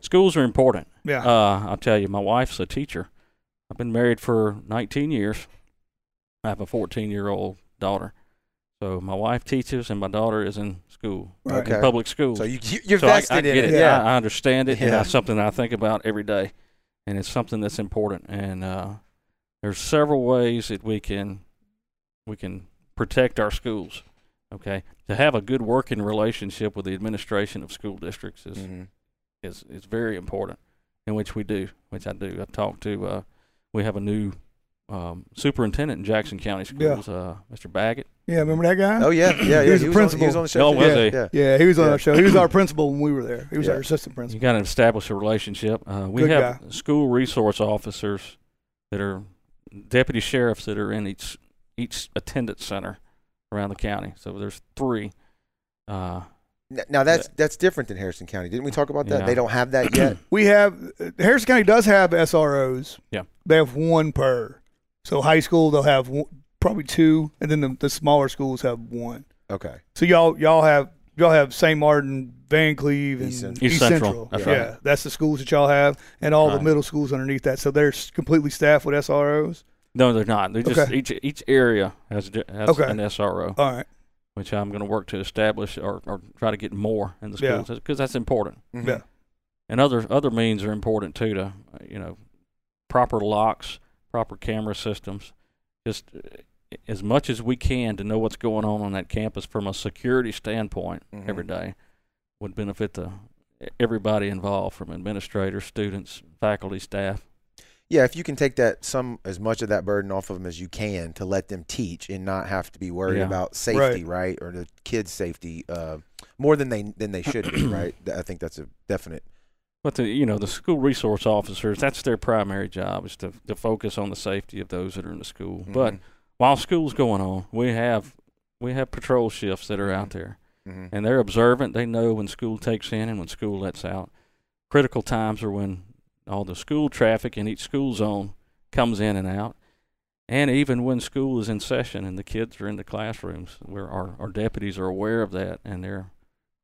Speaker 4: Schools are important.
Speaker 2: Ah.
Speaker 1: Yeah.
Speaker 4: Uh, I'll tell you, my wife's a teacher. I've been married for 19 years. I have a 14 year old daughter. So my wife teaches, and my daughter is in school,
Speaker 1: Right.
Speaker 4: in
Speaker 2: Okay.
Speaker 4: public school.
Speaker 2: So you you- you're
Speaker 4: So I,
Speaker 2: vested
Speaker 4: I
Speaker 2: in
Speaker 4: get it.
Speaker 2: it. Yeah.
Speaker 4: I, I understand it,
Speaker 2: Yeah.
Speaker 4: and that's something I think about every day. And it's something that's important. And uh, there's several ways that we can we can protect our schools. Okay, to have a good working relationship with the administration of school districts is
Speaker 2: Mhm.
Speaker 1: Mm-hmm.
Speaker 4: is is very important, and which we do, which I do. I've talked to. Uh, we have a new um, superintendent in Jackson County
Speaker 1: Yeah.
Speaker 4: Schools, uh, Mr. Baggett.
Speaker 1: yeah. Remember that guy?
Speaker 2: Oh yeah, yeah, yeah.
Speaker 1: He was
Speaker 2: he
Speaker 1: a
Speaker 2: was on-
Speaker 1: principal.
Speaker 2: he was on the
Speaker 4: Oh,
Speaker 2: show.
Speaker 4: was
Speaker 2: yeah,
Speaker 4: he?
Speaker 2: yeah.
Speaker 1: Yeah, he was on
Speaker 2: Yeah.
Speaker 1: our show. He was our principal when we were there. He was
Speaker 2: Yeah.
Speaker 1: our assistant principal.
Speaker 4: You got to establish a relationship. Uh, we
Speaker 1: Good
Speaker 4: have school resource officers that are deputy sheriffs that are in each each attendance center around the county. So there's three. Uh,
Speaker 2: N- Now that's that's different than Harrison County. Didn't we talk about that?
Speaker 4: Yeah.
Speaker 2: They don't have that yet.
Speaker 1: We have uh, Harrison County does have SROs.
Speaker 4: Mm-hmm. Yeah.
Speaker 1: They have one per. So high school they'll have one, probably two, and then the, the smaller schools have one.
Speaker 2: Okay.
Speaker 1: So y'all y'all have y'all have St. Martin, Van Cleve, and
Speaker 2: East
Speaker 1: East
Speaker 2: Central.
Speaker 1: Central.
Speaker 4: East Central, that's
Speaker 1: yeah.
Speaker 4: right.
Speaker 1: that's the schools that y'all have, and all
Speaker 4: Right.
Speaker 1: the middle schools underneath that. So they're s- completely staffed with SROs.
Speaker 4: no, they're not. They're just
Speaker 1: Okay.
Speaker 4: each each area has, di- has
Speaker 1: Okay.
Speaker 4: an SRO,
Speaker 1: All right.
Speaker 4: which I'm going to work to establish or, or try to get more in the
Speaker 1: Yeah.
Speaker 4: schools because that's important.
Speaker 2: Mhm.
Speaker 1: Yeah.
Speaker 4: and other other means are important too to uh, you know proper locks proper camera systems just uh, as much as we can to know what's going on on that campus from a security standpoint
Speaker 2: Mhm.
Speaker 4: every day would benefit the e, everybody involved from administrators students faculty staff
Speaker 2: Yeah, if you can take that some as much of that burden off of them as you can to let them teach and not have to be worried
Speaker 4: Yeah.
Speaker 2: about safety, right, or the kids' safety uh, more than they than they should be, right? Th- I think that's a definite.
Speaker 4: but the you know the school resource officers that's their primary job is to, to focus on the safety of those that are in the school but
Speaker 2: Mhm.
Speaker 4: while school's going on we have we have patrol shifts that are out there
Speaker 2: Mhm.
Speaker 4: and they're observant. They know when school takes in and when school lets out. Critical times are when all the school traffic in each school zone comes in and out, and even when school is in session and the kids are in the classrooms, where our, our deputies are aware of that and they're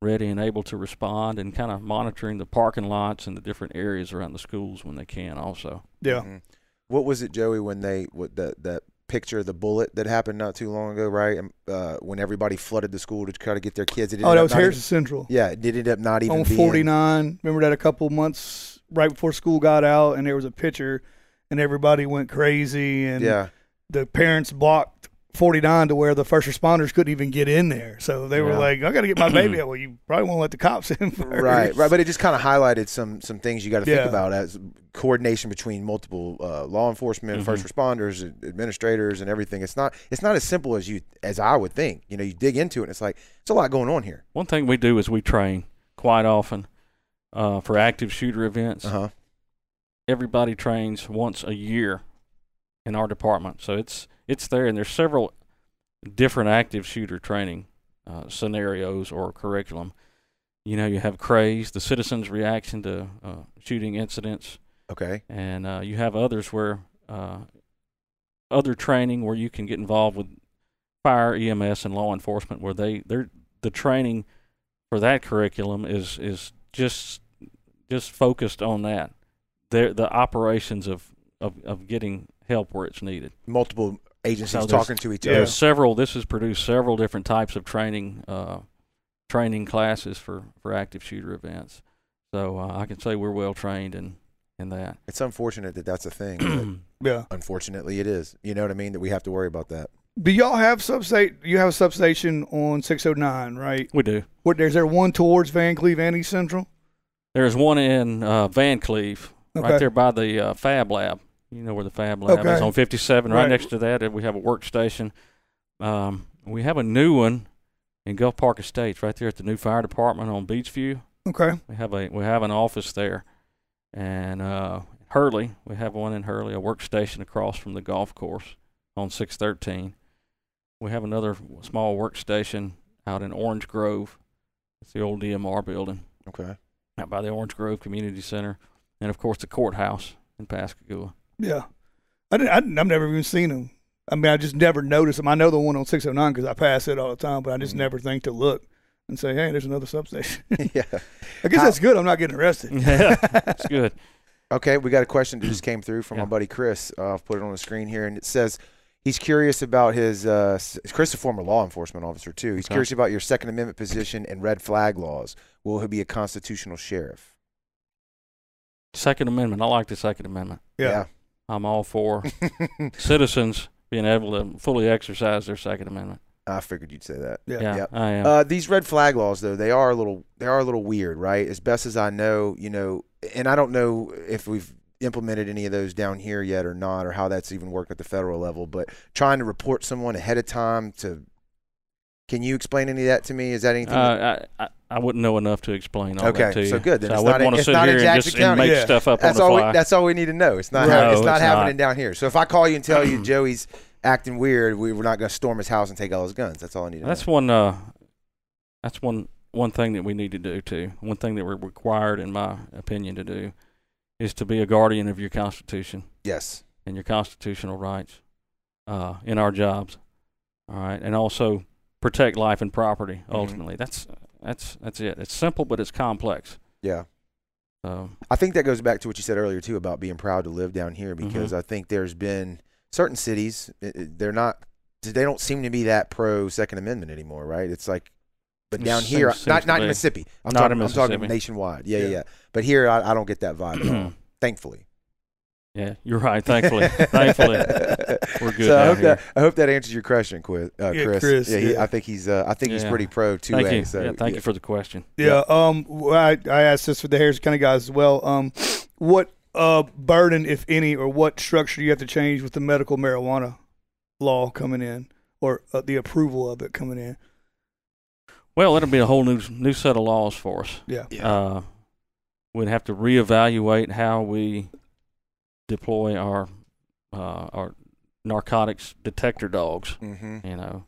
Speaker 4: ready and able to respond and kind of monitoring the parking lots and the different areas around the schools when they can also.
Speaker 1: Yeah.
Speaker 2: Mhm. What was it, Joey, when they what that that picture of the bullet that happened not too long ago, right? Um, Uh, when everybody flooded the school to try to get their kids. It ended
Speaker 1: Oh, that
Speaker 2: up
Speaker 1: was
Speaker 2: not even-
Speaker 1: Harrison Central.
Speaker 2: yeah, it ended up not even uh,
Speaker 1: on
Speaker 2: being-
Speaker 1: 49. Remember that a couple months right before school got out, and there was a picture, and everybody went crazy, and
Speaker 2: Yeah,
Speaker 1: the parents blocked 49 to where the first responders couldn't even get in there. So they were
Speaker 4: Yeah.
Speaker 1: like, I got to get my baby out. Well, you probably won't let the cops in first.
Speaker 2: right, right. But it just kind of highlighted some some things you got to think
Speaker 1: Yeah.
Speaker 2: about as coordination between multiple uh, law enforcement,
Speaker 1: Mm-hmm.
Speaker 2: first responders, ad- administrators, and everything. It's not it's not as simple as you as I would think. You know, you dig into it, and it's like it's a lot going on here.
Speaker 4: One thing we do is we train quite often uh, for active shooter events.
Speaker 2: Uh huh.
Speaker 4: everybody trains once a year in our department. So it's it's there, and there's several different active shooter training uh, scenarios or curriculum. You know, you have craze, the citizens' reaction to uh, shooting incidents,
Speaker 2: Okay.
Speaker 4: and uh, you have others where uh, other training where you can get involved with fire, EMS, and law enforcement, where they they're the training for that curriculum is is just just focused on that. They're the operations of, of, of getting help where it's needed.
Speaker 2: Multiple agencies
Speaker 4: So there's-
Speaker 2: talking to each
Speaker 1: Yeah.
Speaker 2: other.
Speaker 4: There's several. This has produced several different types of training uh, training classes for, for active shooter events. So uh, I can say we're well trained in in that.
Speaker 2: It's unfortunate that that's a thing. but
Speaker 1: Yeah.
Speaker 2: unfortunately, it is. You know what I mean? That we have to worry about that.
Speaker 1: Do y'all have substation? You have a substation on 609, right?
Speaker 4: we do.
Speaker 1: What, is there one towards Van Cleve and East Central?
Speaker 4: There's one in uh, Van Cleve,
Speaker 1: Okay.
Speaker 4: right there by the uh, Fab Lab. You know where the Fab Lab is
Speaker 1: Okay.
Speaker 4: on 57, right,
Speaker 1: Right.
Speaker 4: next to that. and We have a workstation. Um, we have a new one in Gulf Park Estates, right there at the new fire department on Beachview.
Speaker 1: Okay.
Speaker 4: We have a we have an office there, and uh, Hurley, we have one in Hurley, a workstation across from the golf course on 613. We have another w- small workstation out in Orange Grove. It's the old DMR building
Speaker 2: Okay.
Speaker 4: out by the Orange Grove Community Center, and of course the courthouse in Pascagoula.
Speaker 1: Yeah, I didn't, I didn't. I've never even seen them. I mean, I just never noticed them. I know the one on 609 because I pass it all the time, but I
Speaker 4: Mm-hmm.
Speaker 1: just
Speaker 2: Mhm.
Speaker 1: never think to look and say, "Hey, there's another substation."
Speaker 2: yeah.
Speaker 1: I guess
Speaker 2: How-
Speaker 1: that's good. I'm not getting
Speaker 4: Mm-hmm.
Speaker 1: arrested.
Speaker 4: it's good.
Speaker 2: Okay, we got a question that just came through from
Speaker 4: Yeah.
Speaker 2: my buddy Chris. Uh, I'll put it on the screen here, and it says he's curious about his. Uh, s- Chris, is a former law enforcement officer too, he's
Speaker 4: Okay.
Speaker 2: curious about your Second Amendment position and red flag laws. Will he be a constitutional sheriff?
Speaker 4: Second Amendment. I like the Second Amendment.
Speaker 1: Yeah.
Speaker 4: I'm all for citizens being able to fully exercise their Second Amendment.
Speaker 2: I figured you'd say that.
Speaker 1: Yeah.
Speaker 4: Yeah,
Speaker 2: Yep.
Speaker 4: I am.
Speaker 2: Uh, these red flag laws, though, they are a little they are a little weird, right? As best as I know, you know, and I don't know if we've implemented any of those down here yet or not, or how that's even worked at the federal level. But trying to report someone ahead of time to, can you explain any of that to me? Is that anything? that-
Speaker 4: Uh, I, I I wouldn't know enough to explain all
Speaker 2: Okay,
Speaker 4: that to you.
Speaker 2: so good, then
Speaker 4: I
Speaker 2: it's
Speaker 4: wouldn't
Speaker 2: not in-
Speaker 4: want to
Speaker 2: it's
Speaker 4: sit
Speaker 2: not in
Speaker 4: here and just
Speaker 2: Jackson
Speaker 4: and make
Speaker 1: County. Yeah.
Speaker 4: stuff up
Speaker 2: that's
Speaker 4: on
Speaker 2: all
Speaker 4: the
Speaker 2: we,
Speaker 4: fly.
Speaker 2: that's all we need to know. It's not
Speaker 4: No,
Speaker 2: ha- it's
Speaker 4: it's
Speaker 2: not
Speaker 4: not.
Speaker 2: happening down here. So if I call you and tell you Joey's acting weird, we, we're not going to storm his house and take all his guns. That's all I need to
Speaker 4: That's
Speaker 2: know.
Speaker 4: one. Uh, that's one. One thing that we need to do too. One thing that we're required, in my opinion, to do is to be a guardian of your Constitution
Speaker 2: Yes.
Speaker 4: and your constitutional rights uh, in our jobs. All right, and also protect life and property.
Speaker 2: Mhm.
Speaker 4: Ultimately, that's that's that's it. It's simple, but it's complex.
Speaker 2: Yeah.
Speaker 4: So
Speaker 2: I think that goes back to what you said earlier too about being proud to live down here because
Speaker 4: Mhm.
Speaker 2: I think there's been certain cities i- i- they're not they don't seem to be that pro Second Amendment anymore, right? It's like, but
Speaker 4: It
Speaker 2: down
Speaker 4: seems-
Speaker 2: here,
Speaker 4: seems
Speaker 2: not
Speaker 4: to
Speaker 2: not in
Speaker 4: be.
Speaker 2: Mississippi. I'm
Speaker 4: Not
Speaker 2: talking,
Speaker 4: in
Speaker 2: I'm talking
Speaker 4: Mississippi.
Speaker 2: nationwide. Yeah, yeah,
Speaker 1: Yeah.
Speaker 2: yeah. But here, I, I don't get that vibe at all. Thankfully,
Speaker 4: yeah, you're right. Thankfully, thankfully, we're good.
Speaker 2: So I
Speaker 4: down
Speaker 2: hope
Speaker 4: here.
Speaker 2: that I hope that answers your question, Chris. Uh,
Speaker 1: Yeah,
Speaker 2: Chris.
Speaker 1: Chris,
Speaker 2: he,
Speaker 1: yeah.
Speaker 2: I think he's uh, I think he's
Speaker 4: Yeah.
Speaker 2: pretty pro two
Speaker 4: Thank
Speaker 2: A.
Speaker 4: you.
Speaker 2: So
Speaker 4: yeah, thank you for the question.
Speaker 1: Yeah. Um. well, I, I asked this for the Harris County guys as well. Um, what uh burden, if any, or what structure do you have to change with the medical marijuana law coming in, or uh, the approval of it coming in?
Speaker 4: Well, it'll be a whole new new set of laws for us.
Speaker 1: Yeah.
Speaker 4: Uh, we'd have to reevaluate how we deploy our uh, our narcotics detector dogs.
Speaker 2: Mm-hmm.
Speaker 4: you know,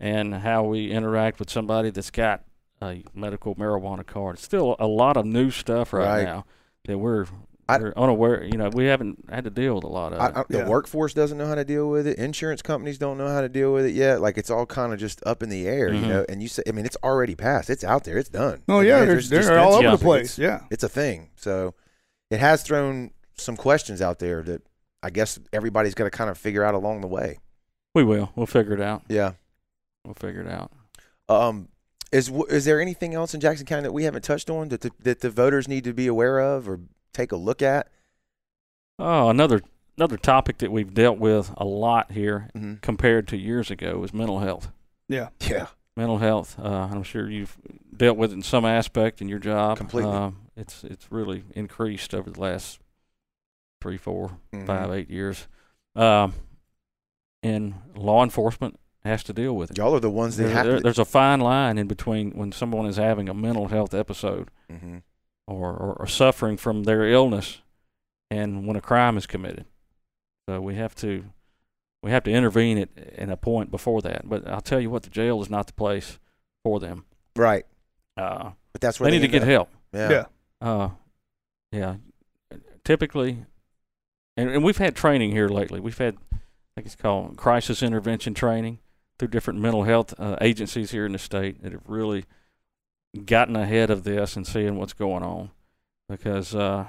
Speaker 4: and how we interact with somebody that's got a medical marijuana card. Still a lot of new stuff right,
Speaker 2: Right.
Speaker 4: now that we're,
Speaker 2: I-
Speaker 4: we're unaware. You know, we haven't had to deal with a lot of.
Speaker 2: I,
Speaker 4: it.
Speaker 2: I, the
Speaker 1: Yeah.
Speaker 2: workforce doesn't know how to deal with it. Insurance companies don't know how to deal with it yet. Like it's all kind of just up in the air,
Speaker 4: Mhm.
Speaker 2: you know. And you say, I mean, it's already passed. It's out there. It's done.
Speaker 1: Oh
Speaker 2: Like,
Speaker 1: yeah,
Speaker 2: there's
Speaker 1: they're,
Speaker 2: just
Speaker 1: they're all over
Speaker 4: Yeah.
Speaker 1: the
Speaker 2: dispensaries.
Speaker 1: place.
Speaker 2: It's,
Speaker 1: Yeah.
Speaker 2: it's a thing. So it has thrown some questions out there that I guess everybody's got to kind of figure out along the way.
Speaker 4: we will. We'll figure it out.
Speaker 2: Yeah.
Speaker 4: We'll figure it out.
Speaker 2: Um. Is w- is there anything else in Jackson County that we haven't touched on that the, that the voters need to be aware of or take a look at?
Speaker 4: Oh, another another topic that we've dealt with a lot here
Speaker 2: Mm-hmm.
Speaker 4: compared to years ago is mental health.
Speaker 1: Yeah.
Speaker 2: Yeah.
Speaker 4: Mental health. Uh, I'm sure you've dealt with it in some aspect in your job.
Speaker 2: Completely.
Speaker 4: Uh, it's it's really increased over the last three, four,
Speaker 2: Mhm.
Speaker 4: five, eight years. Um, and law enforcement has to deal with it.
Speaker 2: Y'all are the ones that
Speaker 4: There-
Speaker 2: have
Speaker 4: there-
Speaker 2: to.
Speaker 4: there's a fine line in between when someone is having a mental health episode
Speaker 2: Mhm.
Speaker 4: or, or, or suffering from their illness and when a crime is committed. So we have to we have to intervene at, at a point before that. But I'll tell you what, the jail is not the place for them.
Speaker 2: Right.
Speaker 4: Uh,
Speaker 2: But that's where
Speaker 4: they need
Speaker 2: end
Speaker 4: to get
Speaker 2: up.
Speaker 4: help.
Speaker 2: Yeah.
Speaker 1: Yeah.
Speaker 4: Uh, yeah. Typically, and, and we've had training here lately. We've had, I think it's called crisis intervention training through different mental health uh, agencies here in the state that have really gotten ahead of this and seeing what's going on. Because uh,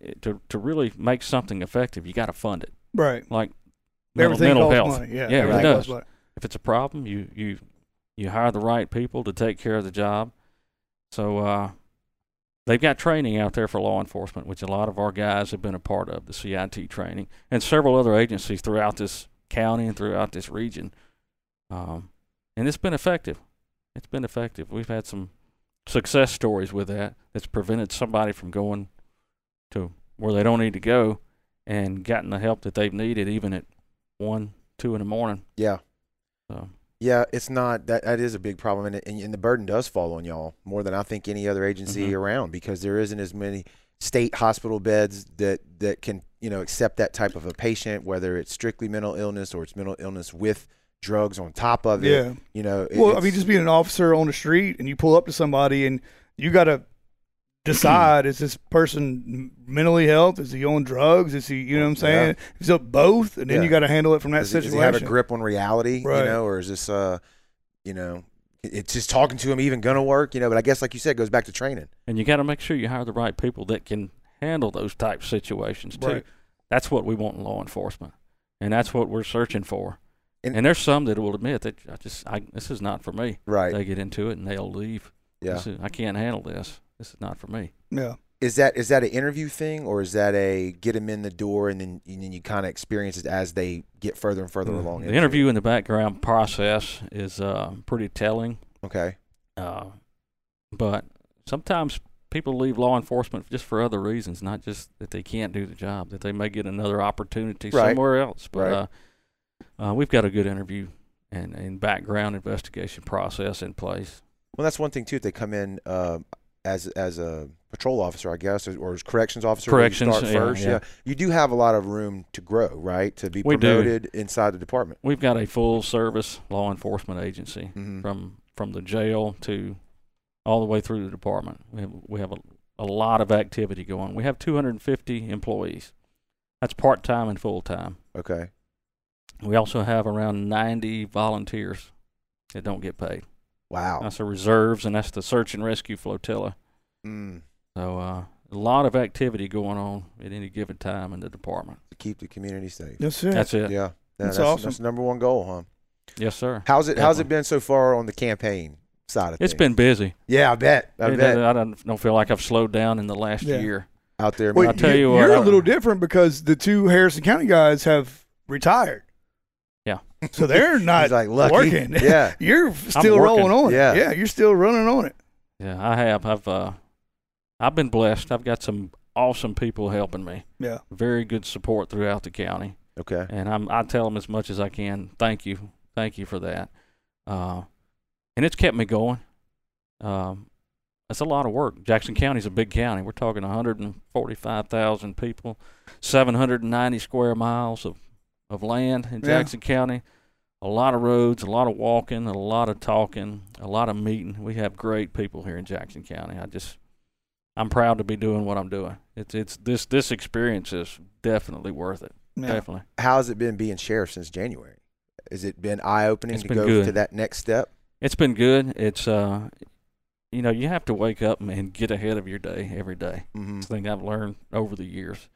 Speaker 4: it, to to really make something effective, you got to fund it.
Speaker 1: Right.
Speaker 4: Like mental,
Speaker 1: Everything
Speaker 4: mental
Speaker 1: costs
Speaker 4: health.
Speaker 1: money. Yeah.
Speaker 4: Yeah, it
Speaker 1: everything
Speaker 2: does.
Speaker 1: costs money.
Speaker 4: If it's a problem, you you you hire the right people to take care of the job. So uh, they've got training out there for law enforcement, which a lot of our guys have been a part of the CIT training and several other agencies throughout this county and throughout this region. Um, and it's been effective. It's been effective. We've had some success stories with that. That's prevented somebody from going to where they don't need to go and gotten the help that they've needed, even at one, two in the morning.
Speaker 2: Yeah.
Speaker 4: So
Speaker 2: Yeah, it's not that that is a big problem, and it- and, and the burden does fall on y'all more than I think any other agency
Speaker 4: Mhm.
Speaker 2: around because there isn't as many state hospital beds that that can you know accept that type of a patient, whether it's strictly mental illness or it's mental illness with drugs on top of it.
Speaker 1: Yeah.
Speaker 2: You know, it-
Speaker 1: Well, I
Speaker 2: it's-
Speaker 1: mean, just being an officer on the street and you pull up to somebody and you got to decide is this person mentally health? Is he on drugs? Is he, you know what I'm saying? Is it both? And then
Speaker 2: Yeah.
Speaker 1: you got to handle it from that
Speaker 2: does, it- does
Speaker 1: situation.
Speaker 2: he have a grip on reality,
Speaker 1: Right.
Speaker 2: you know, or is this uh, you know, it- it's just talking to him even gonna work, you know? But I guess like you said, it goes back to training.
Speaker 4: And you got to make sure you hire the right people that can handle those type situations too.
Speaker 1: Right.
Speaker 4: That's what we want in law enforcement, and that's what we're searching for.
Speaker 2: And-
Speaker 4: And, there's some that will admit that I just I, this is not for me.
Speaker 2: Right.
Speaker 4: They get into it and they'll leave.
Speaker 2: yeah.
Speaker 4: This is- I can't handle this. This is not for me.
Speaker 1: Yeah.
Speaker 2: Is that is that an interview thing or is that a get them in the door and then and then you kind of experience it as they get further and further along?
Speaker 4: Mm, Mm-hmm. the
Speaker 2: into it?
Speaker 4: interview and the background process is uh, pretty telling,
Speaker 2: Okay.
Speaker 4: uh, but sometimes people leave law enforcement just for other reasons, not just that they can't do the job, that they may get another opportunity
Speaker 2: Right.
Speaker 4: somewhere else. But
Speaker 2: Right.
Speaker 4: uh, uh, we've got a good interview and, and background investigation process in place.
Speaker 2: Well, that's one thing too. If they come in um, as as a patrol officer, I guess, or, or as corrections officer, where you
Speaker 4: Corrections,
Speaker 2: start
Speaker 4: yeah,
Speaker 2: first.
Speaker 4: yeah.
Speaker 2: you do have a lot of room to grow, right? To be
Speaker 4: We do.
Speaker 2: promoted inside the department.
Speaker 4: We've got a full service law enforcement agency.
Speaker 2: Mm-hmm.
Speaker 4: from from the jail to all the way through the department. We have we have a, a lot of activity going. We have 250 employees. That's part time and full time.
Speaker 2: Okay.
Speaker 4: We also have around 90 volunteers that don't get paid.
Speaker 2: Wow.
Speaker 4: That's the reserves, and that's the search and rescue flotilla.
Speaker 2: Mm.
Speaker 4: So uh, a lot of activity going on at any given time in the department.
Speaker 2: To keep the community safe.
Speaker 1: That's it.
Speaker 4: That's
Speaker 2: Yeah.
Speaker 4: it.
Speaker 2: Yeah,
Speaker 1: That's
Speaker 2: that's,
Speaker 1: awesome.
Speaker 2: That's the number one goal, huh?
Speaker 4: Yes, sir.
Speaker 2: How's it How's it
Speaker 4: Definitely.
Speaker 2: been so far on the campaign side of
Speaker 4: It's
Speaker 2: things?
Speaker 4: been busy.
Speaker 2: Yeah, I bet. I
Speaker 4: It-
Speaker 2: bet.
Speaker 4: I don't, don't feel like I've slowed down in the last
Speaker 1: Yeah.
Speaker 4: year.
Speaker 2: Out there,
Speaker 1: Well,
Speaker 4: I'll tell you what,
Speaker 1: You're
Speaker 4: I-
Speaker 1: a little different because the two Harrison County guys have retired.
Speaker 4: Yeah.
Speaker 1: So they're not
Speaker 2: He's like lucky.
Speaker 1: working.
Speaker 2: Yeah.
Speaker 1: You're still
Speaker 4: working.
Speaker 1: rolling on it.
Speaker 2: Yeah.
Speaker 1: Yeah. You're still running on it.
Speaker 4: Yeah, I have. I've uh, I've been blessed. I've got some awesome people helping me.
Speaker 1: Yeah.
Speaker 4: Very good support throughout the county,
Speaker 2: Okay.
Speaker 4: and I'm I tell them as much as I can. Thank you, thank you for that. Uh, and it's kept me going. Um, that's a lot of work. Jackson County's a big county. We're talking 145,000 people, 790 square miles of of land in
Speaker 1: Yeah.
Speaker 4: Jackson County. A lot of roads, a lot of walking, a lot of talking, a lot of meeting. We have great people here in Jackson County. I just I'm proud to be doing what I'm doing. It's it's this this experience is definitely worth it.
Speaker 1: Yeah.
Speaker 4: Definitely.
Speaker 2: How's it been being sheriff since January? Has it been eye opening
Speaker 4: It's
Speaker 2: to
Speaker 4: been
Speaker 2: go
Speaker 4: good.
Speaker 2: to that next step?
Speaker 4: It's been good. It's uh you know, you have to wake up and get ahead of your day every day.
Speaker 2: Mm-hmm.
Speaker 4: It's a thing I've learned over the years.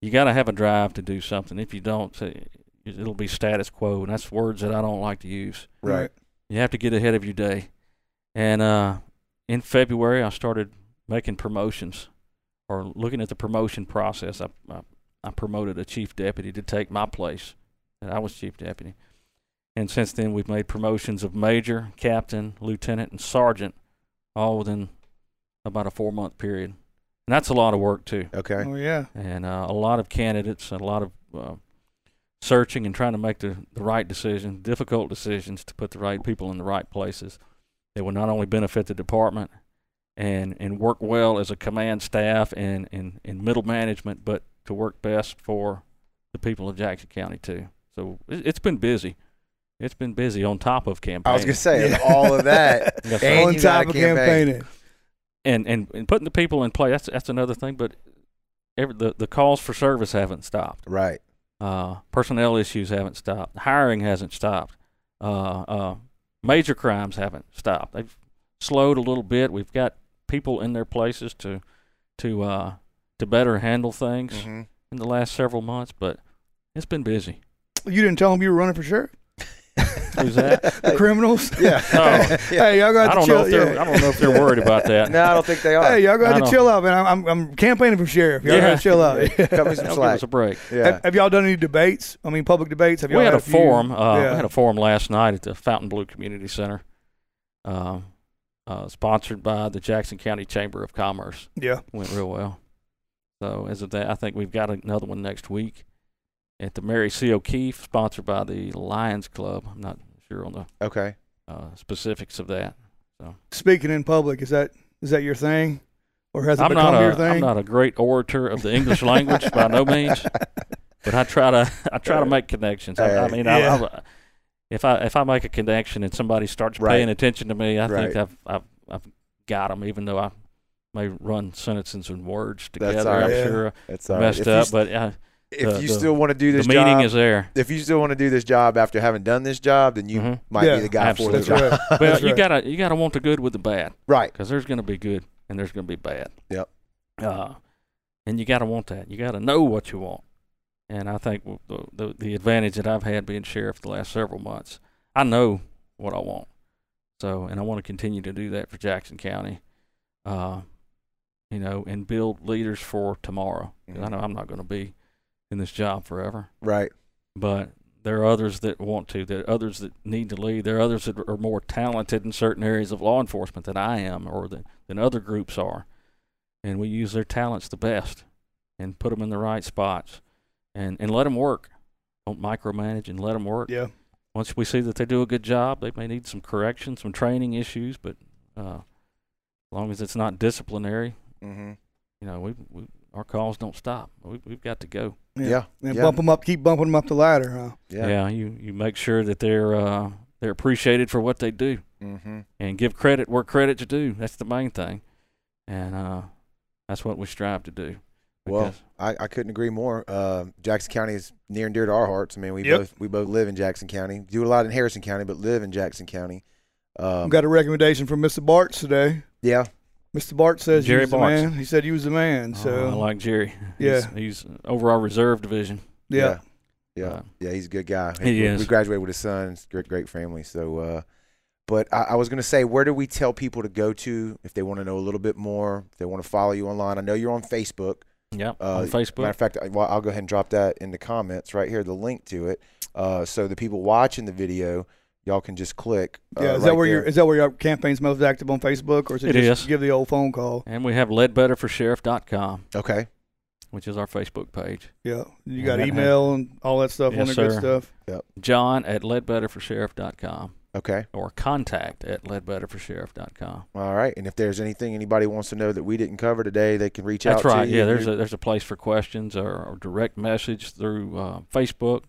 Speaker 4: You got to have a drive to do something. If you don't, say- it'll be status quo, and that's words that I don't like to use.
Speaker 2: Right.
Speaker 4: You have to get ahead of your day. And uh, in February, I started making promotions or looking at the promotion process. I, I, I promoted a chief deputy to take my place, and I was chief deputy. And since then, we've made promotions of major, captain, lieutenant, and sergeant, all within about a four month period. And that's a lot of work, too
Speaker 2: Okay.
Speaker 1: Oh, yeah.
Speaker 4: and uh, a lot of candidates, a lot of uh, searching and trying to make the, the right decision, difficult decisions to put the right people in the right places that will not only benefit the department and, and work well as a command staff and, and, and middle management, but to work best for the people of Jackson County too. So it, it's been busy. It's been busy on top of campaign.
Speaker 2: I was gonna say
Speaker 1: Yeah.
Speaker 2: all of that.
Speaker 4: Yes, sir.
Speaker 2: And
Speaker 1: on
Speaker 2: you got
Speaker 1: top
Speaker 2: a
Speaker 1: of
Speaker 2: campaign.
Speaker 1: campaigning.
Speaker 4: and, and and putting the people in play. That's that's another thing. But every, the the calls for service haven't stopped.
Speaker 2: Right.
Speaker 4: Uh, personnel issues haven't stopped. Hiring hasn't stopped. Uh, uh, major crimes haven't stopped. They've slowed a little bit. We've got people in their places to to uh, to better handle things
Speaker 2: Mm-hmm.
Speaker 4: in the last several months, but it's been busy.
Speaker 1: You didn't tell them you were running for sheriff?
Speaker 4: Who's that?
Speaker 1: The criminals?
Speaker 2: yeah.
Speaker 4: Oh.
Speaker 2: yeah.
Speaker 1: Hey, y'all got
Speaker 4: I
Speaker 1: to
Speaker 4: don't
Speaker 1: chill.
Speaker 4: know if they're
Speaker 1: yeah.
Speaker 4: I don't know if they're worried about that.
Speaker 2: No, I don't think they are.
Speaker 1: Hey, y'all
Speaker 4: I
Speaker 1: got
Speaker 4: don't-
Speaker 1: to chill out, man. I'm, I'm, I'm campaigning for sheriff. Y'all
Speaker 4: Yeah.
Speaker 1: got to chill out.
Speaker 2: Cut me some
Speaker 4: They'll give
Speaker 2: slack.
Speaker 4: us a break.
Speaker 2: Yeah.
Speaker 1: Have, have y'all done any debates? I mean, public debates? Have y'all
Speaker 4: we had a,
Speaker 1: few?
Speaker 4: forum. Uh,
Speaker 1: Yeah.
Speaker 4: We had a forum last night at the Fountain Blue Community Center, uh, uh, sponsored by the Jackson County Chamber of Commerce.
Speaker 1: Yeah.
Speaker 4: went real well. So as of that, I think we've got another one next week at the Mary C. O'Keefe, sponsored by the Lions Club. I'm not sure on the
Speaker 2: Okay.
Speaker 4: uh, specifics of that.
Speaker 1: Speaking in public, is that is that your thing? or has it
Speaker 4: I'm
Speaker 1: become
Speaker 4: not,
Speaker 1: your
Speaker 4: a,
Speaker 1: thing?
Speaker 4: I'm not a great orator of the English language by no means, but I try to I try to make connections. I, I mean, I,
Speaker 1: Yeah.
Speaker 4: I, if I if I make a connection and somebody starts
Speaker 2: Right.
Speaker 4: paying attention to me, I
Speaker 2: Right.
Speaker 4: think I've I've I've got them. Even though I may run sentences and words
Speaker 2: That's
Speaker 4: together,
Speaker 2: all
Speaker 4: I'm
Speaker 1: right.
Speaker 4: sure
Speaker 2: That's
Speaker 4: I
Speaker 2: all right.
Speaker 4: messed
Speaker 2: If you
Speaker 4: up.
Speaker 2: st-
Speaker 4: but uh,
Speaker 2: if
Speaker 4: the-
Speaker 2: you
Speaker 4: the-
Speaker 2: still want to do
Speaker 4: the
Speaker 2: this
Speaker 4: meaning
Speaker 2: job,
Speaker 4: is there.
Speaker 2: if you still want to do this job after having done this job, then you
Speaker 4: Mhm.
Speaker 2: might
Speaker 1: Yeah,
Speaker 2: be the guy
Speaker 4: absolutely.
Speaker 2: for the job.
Speaker 1: That's
Speaker 4: Well,
Speaker 1: That's
Speaker 4: you
Speaker 1: right.
Speaker 4: gotta you gotta want the good with the bad
Speaker 2: right.
Speaker 4: because there's gonna be good and there's gonna be bad.
Speaker 2: Yep.
Speaker 4: Uh, and you gotta want that. You gotta know what you want. And I think w- the, the the advantage that I've had being sheriff the last several months, I know what I want. So, and I want to continue to do that for Jackson County. Uh, you know, and build leaders for tomorrow. 'Cause I
Speaker 2: Mhm.
Speaker 4: know I'm not going to be in this job forever
Speaker 2: Right.
Speaker 4: but there are others that want to. There are others that need to lead. There are others that are more talented in certain areas of law enforcement than I am or than, than other groups are. And we use their talents the best and put them in the right spots and, and let them work. Don't micromanage and let them work.
Speaker 1: Yeah.
Speaker 4: Once we see that they do a good job, they may need some correction, some training issues, but uh, as long as it's not disciplinary,
Speaker 2: Mm-hmm.
Speaker 4: you know, we, we our calls don't stop. We, we've got to go.
Speaker 1: Yeah.
Speaker 2: Yeah.
Speaker 1: And
Speaker 2: Yeah.
Speaker 1: bump them up, keep bumping them up the ladder, huh?
Speaker 2: Yeah.
Speaker 4: you, you make sure that they're uh, they're appreciated for what they do
Speaker 2: Mm-hmm.
Speaker 4: and give credit where credit's due. That's the main thing, and uh, that's what we strive to do.
Speaker 2: Well,
Speaker 4: Because-
Speaker 2: I, I couldn't agree more. Uh, Jackson County is near and dear to our hearts. I mean, we
Speaker 1: Yep.
Speaker 2: both we both live in Jackson County. Do a lot in Harrison County, but live in Jackson County. Um,
Speaker 1: Got a recommendation from Mr. Bartz today.
Speaker 2: Yeah.
Speaker 1: Mr. Bart says you
Speaker 4: Jerry
Speaker 1: was the
Speaker 4: Bartz.
Speaker 1: man. He said you was the man. So
Speaker 4: Uh, I like Jerry. He's, he's over our reserve division.
Speaker 1: yeah.
Speaker 2: Yeah.
Speaker 4: Uh,
Speaker 2: yeah. He's a good guy.
Speaker 4: He
Speaker 2: we,
Speaker 4: is.
Speaker 2: We graduated with his son. It's a great, great family. So, uh, but I, I was going to say, where do we tell people to go to if they want to know a little bit more? If they want to follow you online, I know you're on Facebook.
Speaker 4: Yep,
Speaker 2: Uh,
Speaker 4: on
Speaker 2: Matter
Speaker 4: Facebook.
Speaker 2: of fact, I, well, I'll go ahead and drop that in the comments right here, the link to it. Uh, so the people watching the video, y'all can just click. uh,
Speaker 1: Yeah, is
Speaker 2: right
Speaker 1: that where your
Speaker 2: there.
Speaker 1: is that where your campaign's most active on Facebook, or is it,
Speaker 4: It
Speaker 1: just
Speaker 4: is.
Speaker 1: give the old phone call?
Speaker 4: And we have LeadbetterForSheriff.com,
Speaker 2: Okay,
Speaker 4: which is our Facebook page.
Speaker 1: Yeah, you
Speaker 4: Yeah,
Speaker 1: got
Speaker 4: that
Speaker 1: email and all that stuff, all
Speaker 4: Yes,
Speaker 1: the good
Speaker 4: sir.
Speaker 1: stuff.
Speaker 4: John at LeadbetterForSheriff.com
Speaker 2: okay,
Speaker 4: or contact at LeadbetterForSheriff.com.
Speaker 2: all right. And if there's anything anybody wants to know that we didn't cover today, they can reach out.
Speaker 4: That's
Speaker 2: to
Speaker 4: right.
Speaker 2: you.
Speaker 4: Yeah, there's a there's a place for questions or, or direct message through uh, Facebook.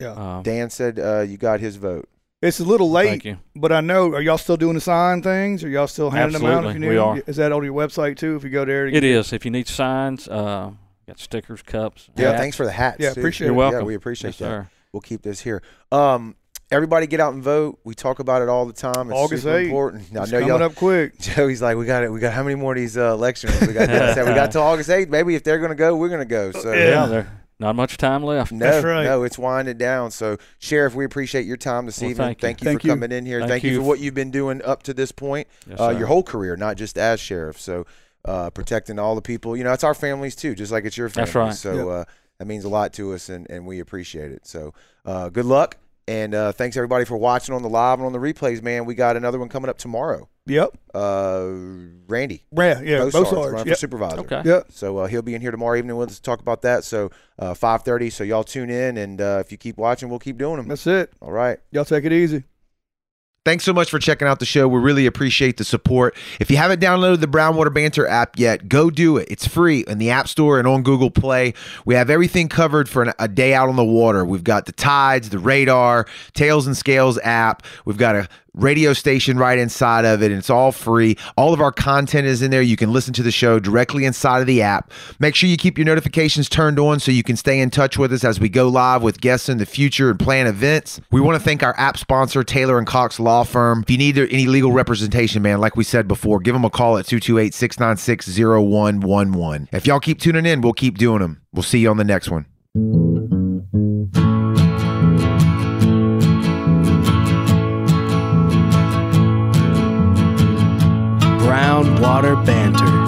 Speaker 1: Yeah.
Speaker 4: Um,
Speaker 2: Dan said uh, you got his vote.
Speaker 1: It's a little
Speaker 4: thank
Speaker 1: late,
Speaker 4: you.
Speaker 1: but I know. Are y'all still doing the sign things? Are y'all still handing them out? If you
Speaker 4: Absolutely,
Speaker 1: need
Speaker 4: we
Speaker 1: them?
Speaker 4: are.
Speaker 1: Is that on your website too? If you go there,
Speaker 4: It is. If you need signs, uh, got stickers, cups.
Speaker 2: Yeah,
Speaker 4: hats.
Speaker 2: thanks for the hats.
Speaker 1: Yeah,
Speaker 2: too.
Speaker 1: appreciate
Speaker 4: You're it.
Speaker 2: Yeah,
Speaker 4: welcome.
Speaker 2: we appreciate
Speaker 4: Yes,
Speaker 2: that.
Speaker 4: sir.
Speaker 2: We'll keep this here. Um, everybody, get out and vote. We talk about it all the time. It's
Speaker 1: August
Speaker 2: super
Speaker 1: 8th.
Speaker 2: important. I
Speaker 1: it's
Speaker 2: know
Speaker 1: coming
Speaker 2: y'all
Speaker 1: up quick.
Speaker 2: Joey's like, we got it. We got how many more of these uh, election rooms? We got, I said, we got till August 8th. Maybe if they're going to go, we're going to go. So
Speaker 1: Yeah.
Speaker 4: Yeah, there not much time left.
Speaker 2: No,
Speaker 1: That's right.
Speaker 2: no, it's winding down. So, Sheriff, we appreciate your time this
Speaker 4: Well,
Speaker 2: evening.
Speaker 4: thank
Speaker 2: Thank you
Speaker 4: you.
Speaker 1: Thank
Speaker 2: for
Speaker 1: you.
Speaker 2: coming in here. Thank,
Speaker 4: Thank
Speaker 2: you
Speaker 4: you
Speaker 2: for
Speaker 4: f-
Speaker 2: what you've been doing up to this point,
Speaker 4: Yes,
Speaker 2: uh,
Speaker 4: sir.
Speaker 2: your whole career, not just as sheriff. So, uh, protecting all the people. You know, it's our families too, just like it's your family.
Speaker 4: That's right.
Speaker 2: So uh, that means a lot to us, and, and we appreciate it. So, uh, good luck, and uh, thanks everybody for watching on the live and on the replays. Man, we got another one coming up tomorrow.
Speaker 1: Yep.
Speaker 2: Uh, Randy,
Speaker 1: Yeah. Yeah.
Speaker 2: Bosards,
Speaker 1: Both
Speaker 2: running
Speaker 1: sides.
Speaker 2: for
Speaker 1: Yep.
Speaker 2: supervisor.
Speaker 4: Okay.
Speaker 1: Yep.
Speaker 2: So uh, he'll be in here tomorrow evening with us to talk about that. So uh, 5:30. So y'all tune in, and uh, if you keep watching, we'll keep doing them.
Speaker 1: That's it.
Speaker 2: All right.
Speaker 1: Y'all take it easy.
Speaker 2: Thanks so much for checking out the show. We really appreciate the support. If you haven't downloaded the Brownwater Banter app yet, go do it. It's free in the App Store and on Google Play. We have everything covered for an, a day out on the water. We've got the tides, the radar, tails and scales app. We've got a radio station right inside of it, and it's all free. All of our content is in there. You can listen to the show directly inside of the app. Make sure you keep your notifications turned on so you can stay in touch with us as we go live with guests in the future and plan events. We want to thank our app sponsor, Taylor and Cox Law Firm. If you need any legal representation, man, like we said before, give them a call at 228 696 0111. If y'all keep tuning in, we'll keep doing them. We'll see you on the next one.
Speaker 3: Brown Water Banter.